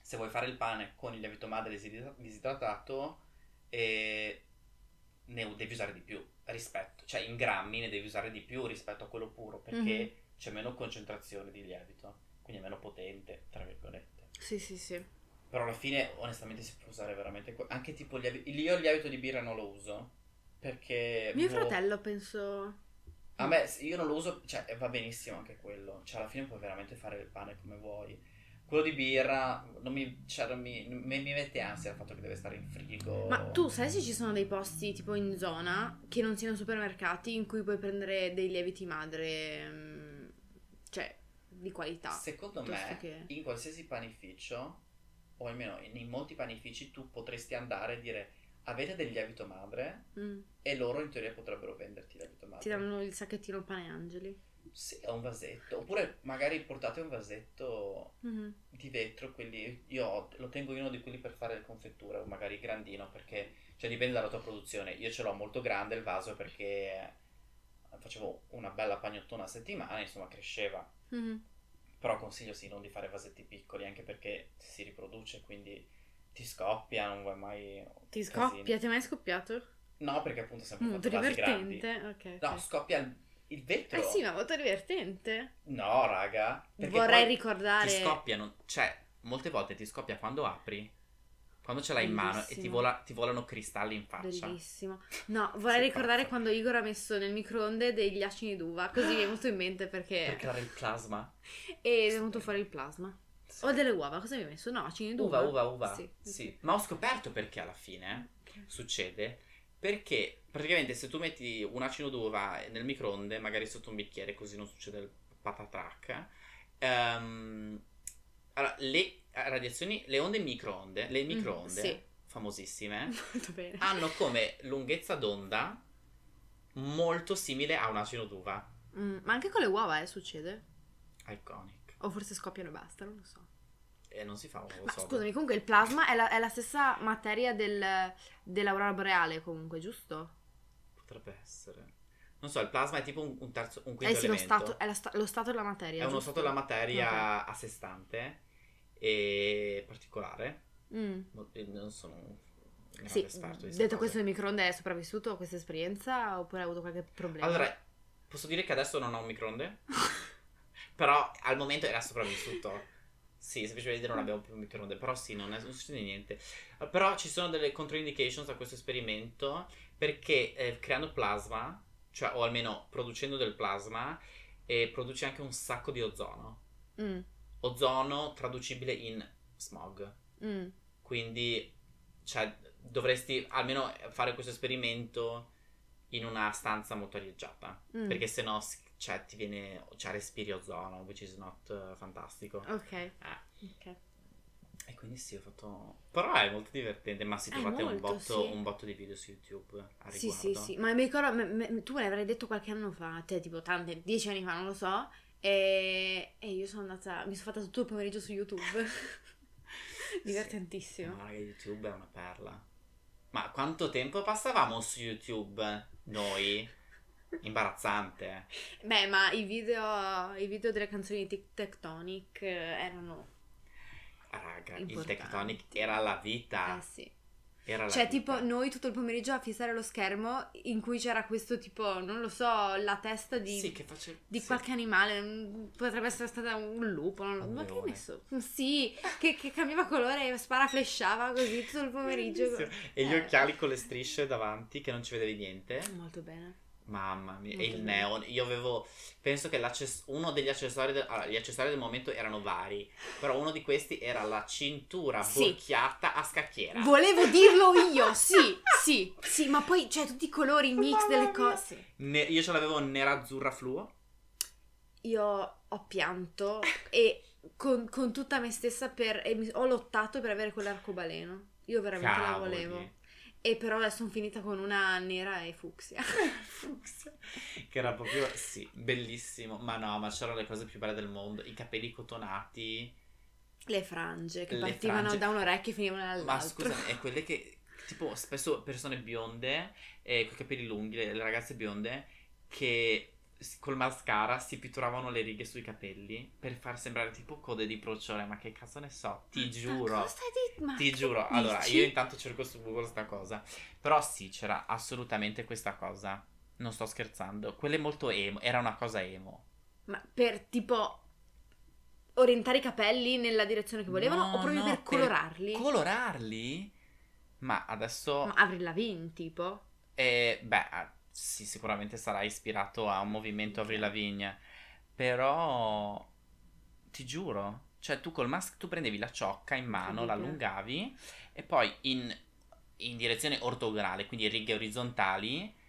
Speaker 1: se vuoi fare il pane con il lievito madre disidra- disidratato, eh, ne devi usare di più rispetto, cioè in grammi ne devi usare di più rispetto a quello puro, perché
Speaker 2: Mhm.
Speaker 1: c'è meno concentrazione di lievito, quindi è meno potente, tra virgolette.
Speaker 2: Sì, sì, sì.
Speaker 1: Però alla fine, onestamente, si può usare veramente. que- Anche tipo gli avi- io il lievito di birra non lo uso. Perché.
Speaker 2: Mio
Speaker 1: boh,
Speaker 2: fratello penso...
Speaker 1: A me s- io non lo uso, cioè eh, va benissimo anche quello. Cioè, alla fine puoi veramente fare il pane come vuoi. Quello di birra non mi, cioè, non mi, non mi- mi mette ansia il fatto che deve stare in frigo.
Speaker 2: Ma tu sai se ci sono dei posti tipo in zona che non siano supermercati in cui puoi prendere dei lieviti madre, mm, cioè di qualità?
Speaker 1: Secondo
Speaker 2: piuttosto
Speaker 1: me,
Speaker 2: che-
Speaker 1: in qualsiasi panificio, o almeno in, in molti panifici, tu potresti andare e dire avete del lievito madre
Speaker 2: Mm,
Speaker 1: e loro in teoria potrebbero venderti il lievito madre.
Speaker 2: Ti danno il sacchettino pane angeli.
Speaker 1: Sì, o un vasetto. Oppure magari portate un vasetto
Speaker 2: Mhm.
Speaker 1: di vetro, quelli io ho- lo tengo in uno di quelli per fare le confetture, o magari grandino, perché cioè dipende dalla tua produzione. Io ce l'ho molto grande il vaso perché facevo una bella pagnottona a settimana, insomma, cresceva.
Speaker 2: Mhm.
Speaker 1: Però consiglio sì non di fare vasetti piccoli, anche perché si riproduce, quindi ti scoppia, non vuoi mai
Speaker 2: Ti
Speaker 1: casino.
Speaker 2: scoppia, ti è mai scoppiato?
Speaker 1: No, perché appunto ho sempre
Speaker 2: Mm,
Speaker 1: fatto vasi grandi.
Speaker 2: divertente. Ok.
Speaker 1: No,
Speaker 2: ok.
Speaker 1: scoppia il, il vetro.
Speaker 2: Eh sì, ma molto divertente.
Speaker 1: No, raga, perché
Speaker 2: Vorrei
Speaker 1: poi-
Speaker 2: ricordare.
Speaker 1: ti scoppiano, cioè, molte volte ti scoppia quando apri, quando ce l'hai in mano e ti,
Speaker 2: Bellissimo.
Speaker 1: vola- ti volano cristalli in faccia.
Speaker 2: Bellissimo. No, vorrei ricordare
Speaker 1: pazzo.
Speaker 2: quando Igor ha messo nel microonde degli acini d'uva, così mi è venuto in mente
Speaker 1: Per
Speaker 2: perché...
Speaker 1: creare il plasma.
Speaker 2: E è venuto fuori il plasma.
Speaker 1: Sì.
Speaker 2: O delle uova, cosa mi hai messo? No, eh. acini d'uva.
Speaker 1: Uva, uva, uva.
Speaker 2: Sì,
Speaker 1: Sì,
Speaker 2: sì.
Speaker 1: Ma ho scoperto perché alla fine
Speaker 2: Ok.
Speaker 1: succede. Perché praticamente se tu metti un acino d'uva nel microonde, magari sotto un bicchiere, così non succede il patatrac. ehm, allora, le radiazioni, le onde microonde, le microonde,
Speaker 2: Mm, sì.
Speaker 1: famosissime,
Speaker 2: Molto bene.
Speaker 1: hanno come lunghezza d'onda molto simile a un acino d'uva.
Speaker 2: Mm, ma anche con le uova, eh, succede.
Speaker 1: Iconic.
Speaker 2: O forse scoppiano e basta, non lo so.
Speaker 1: E non si fa un uovo
Speaker 2: Ma
Speaker 1: sodo.
Speaker 2: scusami, comunque il plasma è la, è la stessa materia del, dell'aurora boreale, comunque, giusto?
Speaker 1: Potrebbe essere. Non so, il plasma è tipo un, un terzo, un
Speaker 2: Eh
Speaker 1: quinto
Speaker 2: sì, lo
Speaker 1: elemento.
Speaker 2: stato, è la sta- lo stato della materia.
Speaker 1: è uno
Speaker 2: giusto?
Speaker 1: stato della materia a sé stante e particolare.
Speaker 2: Mm.
Speaker 1: Mo- eh, Non sono un grande
Speaker 2: Sì,
Speaker 1: esperto di queste
Speaker 2: detto questo
Speaker 1: cose.
Speaker 2: il microonde è sopravvissuto a questa esperienza oppure ha avuto qualche problema?
Speaker 1: Allora, posso dire che adesso non ho un microonde? però al momento era sopravvissuto. Sì, semplicemente non abbiamo più un microonde, però sì, non, è, non succede niente. Eh, Però ci sono delle contraindications a questo esperimento perché eh, creando plasma, cioè o almeno producendo del plasma, eh, produce anche un sacco di ozono.
Speaker 2: Mm,
Speaker 1: Ozono traducibile in smog.
Speaker 2: mm.
Speaker 1: Quindi, cioè, dovresti almeno fare questo esperimento in una stanza molto arieggiata.
Speaker 2: Mm.
Speaker 1: Perché se no, s- cioè, ti viene, cioè, respiri ozono, which is not eh, fantastico.
Speaker 2: Ok.
Speaker 1: Ah.
Speaker 2: Ok.
Speaker 1: E quindi sì, ho fatto... Però è molto divertente, ma se
Speaker 2: Eh,
Speaker 1: trovate un,
Speaker 2: molto,
Speaker 1: botto,
Speaker 2: sì.
Speaker 1: un botto di video su YouTube eh, a riguardo.
Speaker 2: Sì, sì, sì, ma mi ricordo, me- me- tu me l'avrai detto qualche anno fa, te tipo tante, dieci anni fa, non lo so, e, e io sono andata, mi sono fatta tutto il pomeriggio su YouTube. Divertentissimo.
Speaker 1: No, raga, YouTube è una perla. Ma quanto tempo passavamo su YouTube noi? Imbarazzante.
Speaker 2: Beh, ma i video, i video delle canzoni di Tic Tectonic eh, erano,
Speaker 1: Raga, il
Speaker 2: Importanti.
Speaker 1: Tectonic era la vita.
Speaker 2: eh sì.
Speaker 1: Era la
Speaker 2: Cioè,
Speaker 1: vita.
Speaker 2: tipo, noi tutto il pomeriggio a fissare lo schermo in cui c'era questo tipo, non lo so, la testa di,
Speaker 1: Sì, che faceva...
Speaker 2: di qualche animale. mm, Potrebbe essere stata un lupo, non lo-
Speaker 1: Un
Speaker 2: ma che
Speaker 1: leone.
Speaker 2: ne so. Sì, che, che cambiava colore e sparaflesciava così tutto il pomeriggio.
Speaker 1: E gli
Speaker 2: Eh. Mm.
Speaker 1: occhiali con le strisce davanti che non ci vedevi niente.
Speaker 2: Molto bene.
Speaker 1: Mamma mia, e
Speaker 2: Molto
Speaker 1: il
Speaker 2: bene.
Speaker 1: neon. Io avevo. Penso che l'acces- uno degli accessori. del- allora, gli accessori del momento erano vari. Però uno di questi era la cintura
Speaker 2: Sì.
Speaker 1: borchiata a scacchiera.
Speaker 2: Volevo dirlo io, sì, sì, sì, ma poi, cioè, tutti i colori, i mix
Speaker 1: Mamma
Speaker 2: delle
Speaker 1: mia.
Speaker 2: cose.
Speaker 1: Ne- io ce l'avevo nera azzurra fluo.
Speaker 2: Io ho pianto e con, con tutta me stessa per, e mi- ho lottato per avere quell'arcobaleno. Io veramente la
Speaker 1: Cavoli.
Speaker 2: volevo. E però adesso sono finita con una nera e fucsia.
Speaker 1: Fucsia. Che era proprio, sì, bellissimo. Ma no, ma c'erano le cose più belle del mondo. I capelli cotonati.
Speaker 2: Le frange che
Speaker 1: Le
Speaker 2: partivano
Speaker 1: frange.
Speaker 2: da un orecchio e finivano dall'altro.
Speaker 1: Ma scusami, è quelle che tipo spesso persone bionde eh, con i capelli lunghi, le, le ragazze bionde che s- col mascara si pitturavano le righe sui capelli per far sembrare tipo code di procione, ma che cazzo ne so, ti
Speaker 2: Ma
Speaker 1: giuro.
Speaker 2: cosa stai dicendo? Ma
Speaker 1: Ti
Speaker 2: che
Speaker 1: giuro, allora
Speaker 2: dici?
Speaker 1: io intanto cerco su Google sta cosa. Però sì, c'era assolutamente questa cosa. Non sto scherzando. Quella è molto emo, era una cosa emo.
Speaker 2: Ma per tipo orientare i capelli nella direzione che volevano
Speaker 1: No,
Speaker 2: o proprio
Speaker 1: no,
Speaker 2: per colorarli?
Speaker 1: Colorarli? Ma adesso...
Speaker 2: Ma Avril Lavigne, tipo.
Speaker 1: eh, beh, ah, sì, sicuramente sarà ispirato a un movimento Avril Lavigne, però ti giuro, cioè tu col mask tu prendevi la ciocca in mano, la
Speaker 2: Incredibile.
Speaker 1: allungavi e poi in, in direzione ortogonale, quindi righe orizzontali,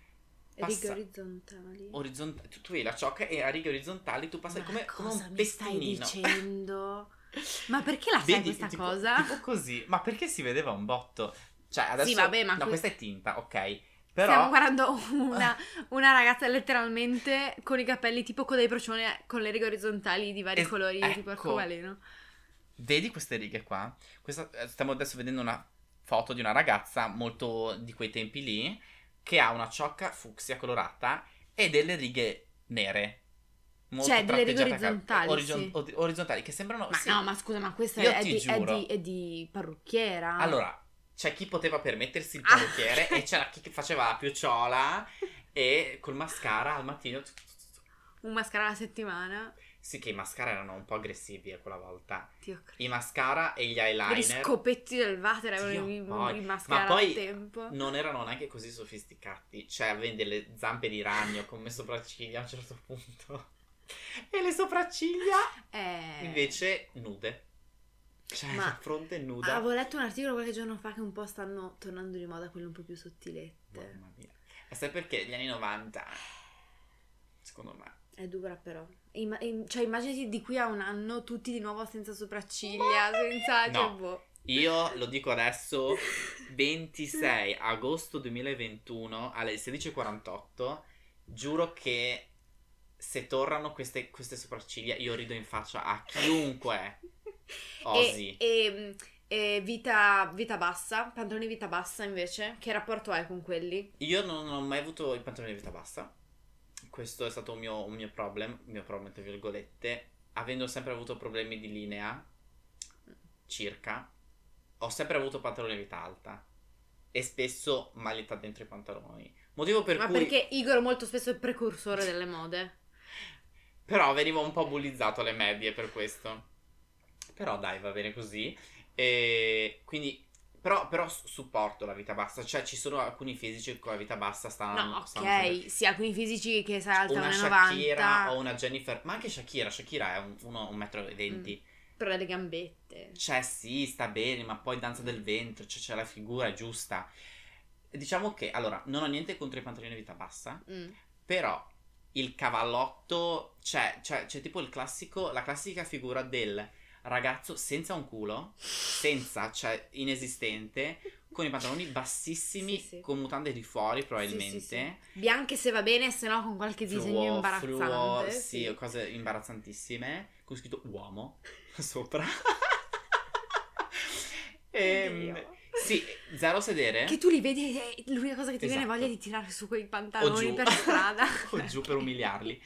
Speaker 2: Righe
Speaker 1: Passa-
Speaker 2: orizzontali.
Speaker 1: orizzontali, tu, tu vedi la ciocca e a righe orizzontali tu passi
Speaker 2: Ma
Speaker 1: come, come
Speaker 2: cosa
Speaker 1: un
Speaker 2: mi stai
Speaker 1: pestinino. Ah,
Speaker 2: dicendo? Ma perché la sai
Speaker 1: Vedi,
Speaker 2: questa
Speaker 1: tipo-
Speaker 2: cosa?
Speaker 1: Tipo così, ma perché si vedeva un botto? Cioè, adesso...
Speaker 2: vabbè, ma
Speaker 1: No,
Speaker 2: que-
Speaker 1: questa è tinta, ok. Però...
Speaker 2: Stiamo guardando una, una ragazza letteralmente con i capelli tipo coda di procione con le righe orizzontali di vari
Speaker 1: Es-
Speaker 2: colori, tipo
Speaker 1: ecco.
Speaker 2: arcobaleno.
Speaker 1: Vedi queste righe qua? Questa- eh, stiamo adesso vedendo una foto di una ragazza molto di quei tempi lì che ha una ciocca fucsia colorata e delle righe nere. Molto
Speaker 2: Cioè, delle righe
Speaker 1: tratteggiate a cal-
Speaker 2: orizzontali,
Speaker 1: orizzon-
Speaker 2: sì.
Speaker 1: ori- Orizzontali, che sembrano...
Speaker 2: Ma
Speaker 1: sì.
Speaker 2: no, ma scusa, ma questa
Speaker 1: Io
Speaker 2: è
Speaker 1: ti
Speaker 2: di, è
Speaker 1: giuro.
Speaker 2: di- è di parrucchiera.
Speaker 1: Allora, c'è chi poteva permettersi il
Speaker 2: Ah.
Speaker 1: parrucchiere e c'era chi che faceva la picciola e col mascara al mattino...
Speaker 2: Un mascara alla settimana.
Speaker 1: Sì che i mascara erano un po' aggressivi eh, quella volta.
Speaker 2: Dio, che-
Speaker 1: I mascara e gli eyeliner...
Speaker 2: per i scopetti del water avevano
Speaker 1: Dio,
Speaker 2: i,
Speaker 1: poi-
Speaker 2: i mascara
Speaker 1: ma poi-
Speaker 2: al tempo.
Speaker 1: non erano neanche così sofisticati. Cioè, avevano delle zampe di ragno come sopracciglia a un certo punto. E le sopracciglia
Speaker 2: Eh,
Speaker 1: invece nude. Cioè,
Speaker 2: Ma-
Speaker 1: la fronte nuda.
Speaker 2: Avevo letto un articolo qualche giorno fa che un po' stanno tornando di moda quelle un po' più sottilette.
Speaker 1: Mamma mia. Ma sai perché gli anni 90? Secondo me.
Speaker 2: È dura però. Ima- im- cioè immaginati di qui a un anno tutti di nuovo senza sopracciglia, senza...
Speaker 1: No.
Speaker 2: cioè, boh.
Speaker 1: Io lo dico adesso, 26 agosto 2021 alle 16.48, giuro che se tornano queste, queste sopracciglia io rido in faccia a chiunque. Osi.
Speaker 2: E, e- e vita, vita bassa, pantaloni vita bassa invece, che rapporto hai con quelli?
Speaker 1: Io non ho mai avuto il pantalone di vita bassa. Questo è stato un mio, un mio problem, mio problem tra virgolette. Avendo sempre avuto problemi di linea, circa, ho sempre avuto pantalone di vita alta. E spesso maglietta dentro i pantaloni. Motivo per
Speaker 2: Ma
Speaker 1: cui...
Speaker 2: perché Igor molto spesso è il precursore delle mode.
Speaker 1: Però venivo un po' bullizzato alle medie per questo. Però dai, va bene così. E quindi... Però, però su- supporto la vita bassa. Cioè ci sono alcuni fisici con la vita bassa stanno...
Speaker 2: no,
Speaker 1: stanno sempre-
Speaker 2: ok, sì, alcuni fisici che sei alta
Speaker 1: una
Speaker 2: 1,90
Speaker 1: Shakira o una Jennifer, ma anche Shakira, Shakira è un, uno, un metro e venti,
Speaker 2: però le gambette.
Speaker 1: cioè sì, sta bene, ma poi danza del ventre, cioè c'è la figura è giusta. Diciamo che, allora, non ho niente contro i pantaloni a vita bassa,
Speaker 2: Mm.
Speaker 1: però il cavallotto, cioè, cioè, c'è tipo il classico, la classica figura del ragazzo senza un culo, senza, cioè inesistente, con i pantaloni bassissimi,
Speaker 2: Sì, sì.
Speaker 1: con mutande di fuori probabilmente.
Speaker 2: Bianche se va bene, se no con qualche disegno
Speaker 1: Fluo,
Speaker 2: imbarazzante.
Speaker 1: fluo, sì, cose imbarazzantissime. Con scritto uomo sopra. Ehm,
Speaker 2: Oddio.
Speaker 1: sì, zero sedere.
Speaker 2: Che tu li vedi e l'unica cosa che ti viene
Speaker 1: Esatto.
Speaker 2: voglia è di tirare su quei
Speaker 1: o
Speaker 2: pantaloni
Speaker 1: giù
Speaker 2: per strada.
Speaker 1: o giù per umiliarli.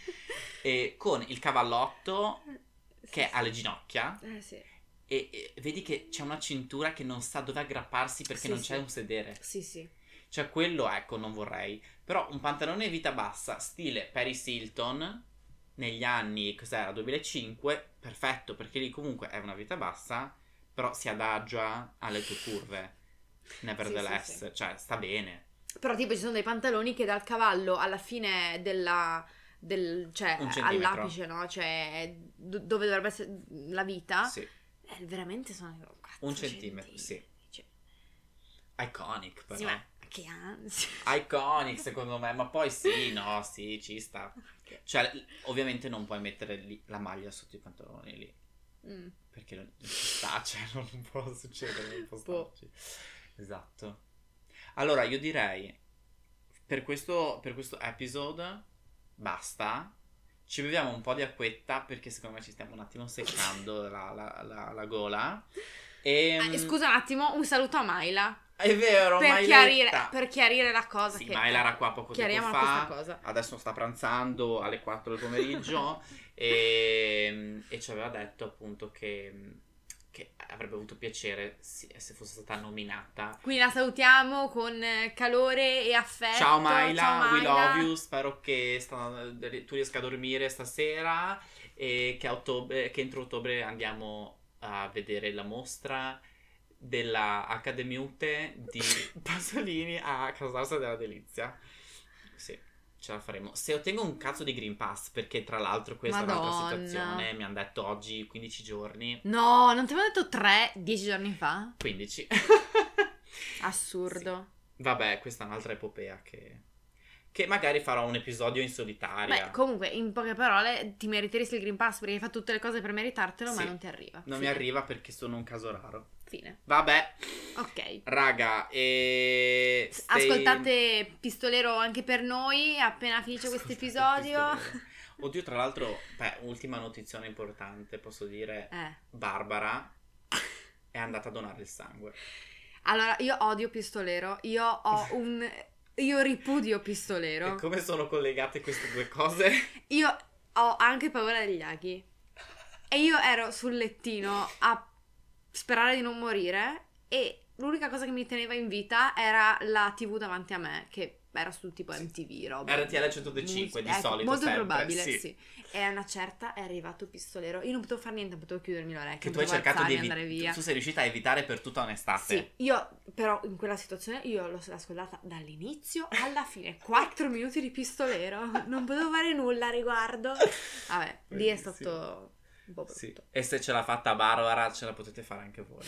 Speaker 1: E con il cavallotto che è alle ginocchia.
Speaker 2: Eh sì.
Speaker 1: E, e vedi che c'è una cintura che non sa dove aggrapparsi perché
Speaker 2: Sì,
Speaker 1: non
Speaker 2: sì.
Speaker 1: c'è un sedere.
Speaker 2: Sì, sì.
Speaker 1: Cioè, quello ecco, non vorrei. Però un pantalone vita bassa, stile Paris Hilton, negli anni, cos'era, 2005, perfetto, perché lì comunque è una vita bassa, però si adagia alle tue curve. Nevertheless,
Speaker 2: Sì, sì,
Speaker 1: cioè, sta bene.
Speaker 2: Però tipo ci sono dei pantaloni che dal cavallo alla fine della... Del, cioè
Speaker 1: Un centimetro.
Speaker 2: all'apice, no? Cioè do- dove dovrebbe essere la vita.
Speaker 1: Sì.
Speaker 2: Eh, veramente sono quattro
Speaker 1: Un centimetro,
Speaker 2: centimetri. Cioè,
Speaker 1: Iconic, però.
Speaker 2: sì, ma che ansia.
Speaker 1: Iconic, secondo me, ma poi sì, no, sì, ci sta. Cioè, l- ovviamente non puoi mettere lì la maglia sotto i pantaloni lì.
Speaker 2: Mm.
Speaker 1: Perché non non ci sta, cioè non può succedere, non può
Speaker 2: Boh.
Speaker 1: starci. Esatto. Allora, io direi, per questo, per questo episode, basta. Ci beviamo un po' di acquetta perché secondo me ci stiamo un attimo seccando la, la- la- la gola. E,
Speaker 2: Ah, e scusa un attimo, un saluto a Maila
Speaker 1: Ehm, È vero,
Speaker 2: per
Speaker 1: Mailetta.
Speaker 2: chiarire, per chiarire la cosa
Speaker 1: Sì,
Speaker 2: che
Speaker 1: Maila era qua poco tempo
Speaker 2: Chiariamo
Speaker 1: fa.
Speaker 2: questa cosa.
Speaker 1: Adesso sta pranzando alle 4 del pomeriggio e, e ci aveva detto appunto che, che avrebbe avuto piacere se se fosse stata nominata.
Speaker 2: Quindi la salutiamo con eh, calore e affetto.
Speaker 1: Ciao Maila,
Speaker 2: Ciao
Speaker 1: we
Speaker 2: Maila.
Speaker 1: love you, spero che sta- tu riesca a dormire stasera e che, a ottobre- che entro ottobre andiamo a vedere la mostra della Accademiute di Pasolini a Casarsa della Delizia. Sì, ce la faremo. Se ottengo un cazzo di Green Pass, perché tra l'altro questa è un'altra
Speaker 2: Madonna.
Speaker 1: situazione, mi hanno detto oggi 15 giorni,
Speaker 2: No, non ti avevo detto tre dieci giorni fa?
Speaker 1: 15.
Speaker 2: Assurdo.
Speaker 1: Vabbè, questa è un'altra epopea che... che magari farò un episodio in solitaria.
Speaker 2: Beh, comunque, in poche parole, ti meriteresti il Green Pass perché hai fatto tutte le cose per meritartelo, ma
Speaker 1: Sì.
Speaker 2: non ti arriva.
Speaker 1: non mi
Speaker 2: Fine.
Speaker 1: arriva perché sono un caso raro.
Speaker 2: Fine.
Speaker 1: Vabbè,
Speaker 2: Ok.
Speaker 1: raga, e... stay-
Speaker 2: Ascoltate Pistolero anche per noi appena finisce questo
Speaker 1: Ascoltate
Speaker 2: episodio.
Speaker 1: questo video. Oddio, tra l'altro, beh, ultima notizia importante, posso dire,
Speaker 2: Eh.
Speaker 1: Barbara è andata a donare il sangue.
Speaker 2: Allora, io odio Pistolero. Io ho un. Io ripudio Pistolero.
Speaker 1: E come sono collegate queste due cose?
Speaker 2: Io ho anche paura degli aghi. E io ero sul lettino a sperare di non morire. E l'unica cosa che mi teneva in vita era la TV davanti a me, che era sul tipo
Speaker 1: Sì.
Speaker 2: MTV, roba.
Speaker 1: RTL 102.5 di
Speaker 2: Ecco,
Speaker 1: solito.
Speaker 2: Molto
Speaker 1: sempre,
Speaker 2: probabile,
Speaker 1: sì.
Speaker 2: sì. E a una certa è arrivato Pistolero. Io non potevo fare niente, potevo chiudermi
Speaker 1: Che
Speaker 2: l'orecchio.
Speaker 1: tu hai
Speaker 2: potevo
Speaker 1: cercato di Ah, evitare.
Speaker 2: alzarmi e andare via.
Speaker 1: Tu sei riuscita a evitare per tutta un'estate.
Speaker 2: Sì, io però in quella situazione io l'ho ascoltata dall'inizio alla fine, 4 minuti di pistolero, non potevo fare nulla a riguardo. Vabbè, lì è
Speaker 1: Bellissimo.
Speaker 2: stato un po' brutto.
Speaker 1: Sì. E se ce l'ha fatta Barbara, ce la potete fare anche voi.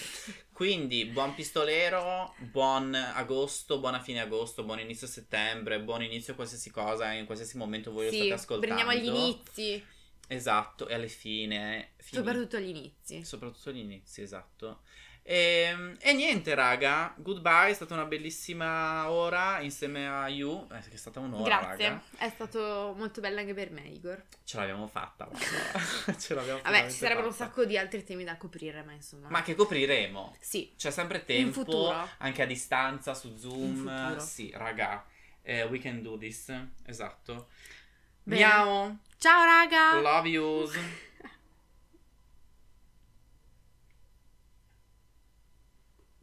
Speaker 1: Quindi, buon pistolero, buon agosto, buona fine agosto, buon inizio settembre, buon inizio qualsiasi cosa, in qualsiasi momento voi lo
Speaker 2: Sì,
Speaker 1: state ascoltando.
Speaker 2: prendiamo agli inizi,
Speaker 1: Esatto, e alle fine. fini-
Speaker 2: soprattutto agli inizi.
Speaker 1: Soprattutto agli inizi, esatto. E, e niente, raga. Goodbye, è stata una bellissima ora insieme a You. eh, Che è stata un'ora,
Speaker 2: Grazie,
Speaker 1: raga.
Speaker 2: è stato molto bello anche per me, Igor.
Speaker 1: Ce l'abbiamo fatta. guarda. Ce l'abbiamo
Speaker 2: Vabbè, ci sarebbero un
Speaker 1: fatta.
Speaker 2: sacco di altri temi da coprire, ma insomma.
Speaker 1: Ma che copriremo.
Speaker 2: Sì,
Speaker 1: C'è sempre tempo.
Speaker 2: in futuro.
Speaker 1: Anche a distanza, su
Speaker 2: In
Speaker 1: Zoom.
Speaker 2: futuro.
Speaker 1: Sì, raga. eh, we can do this. Esatto.
Speaker 2: Bene. Ah.
Speaker 1: Miau.
Speaker 2: Ciao raga!
Speaker 1: Love yous.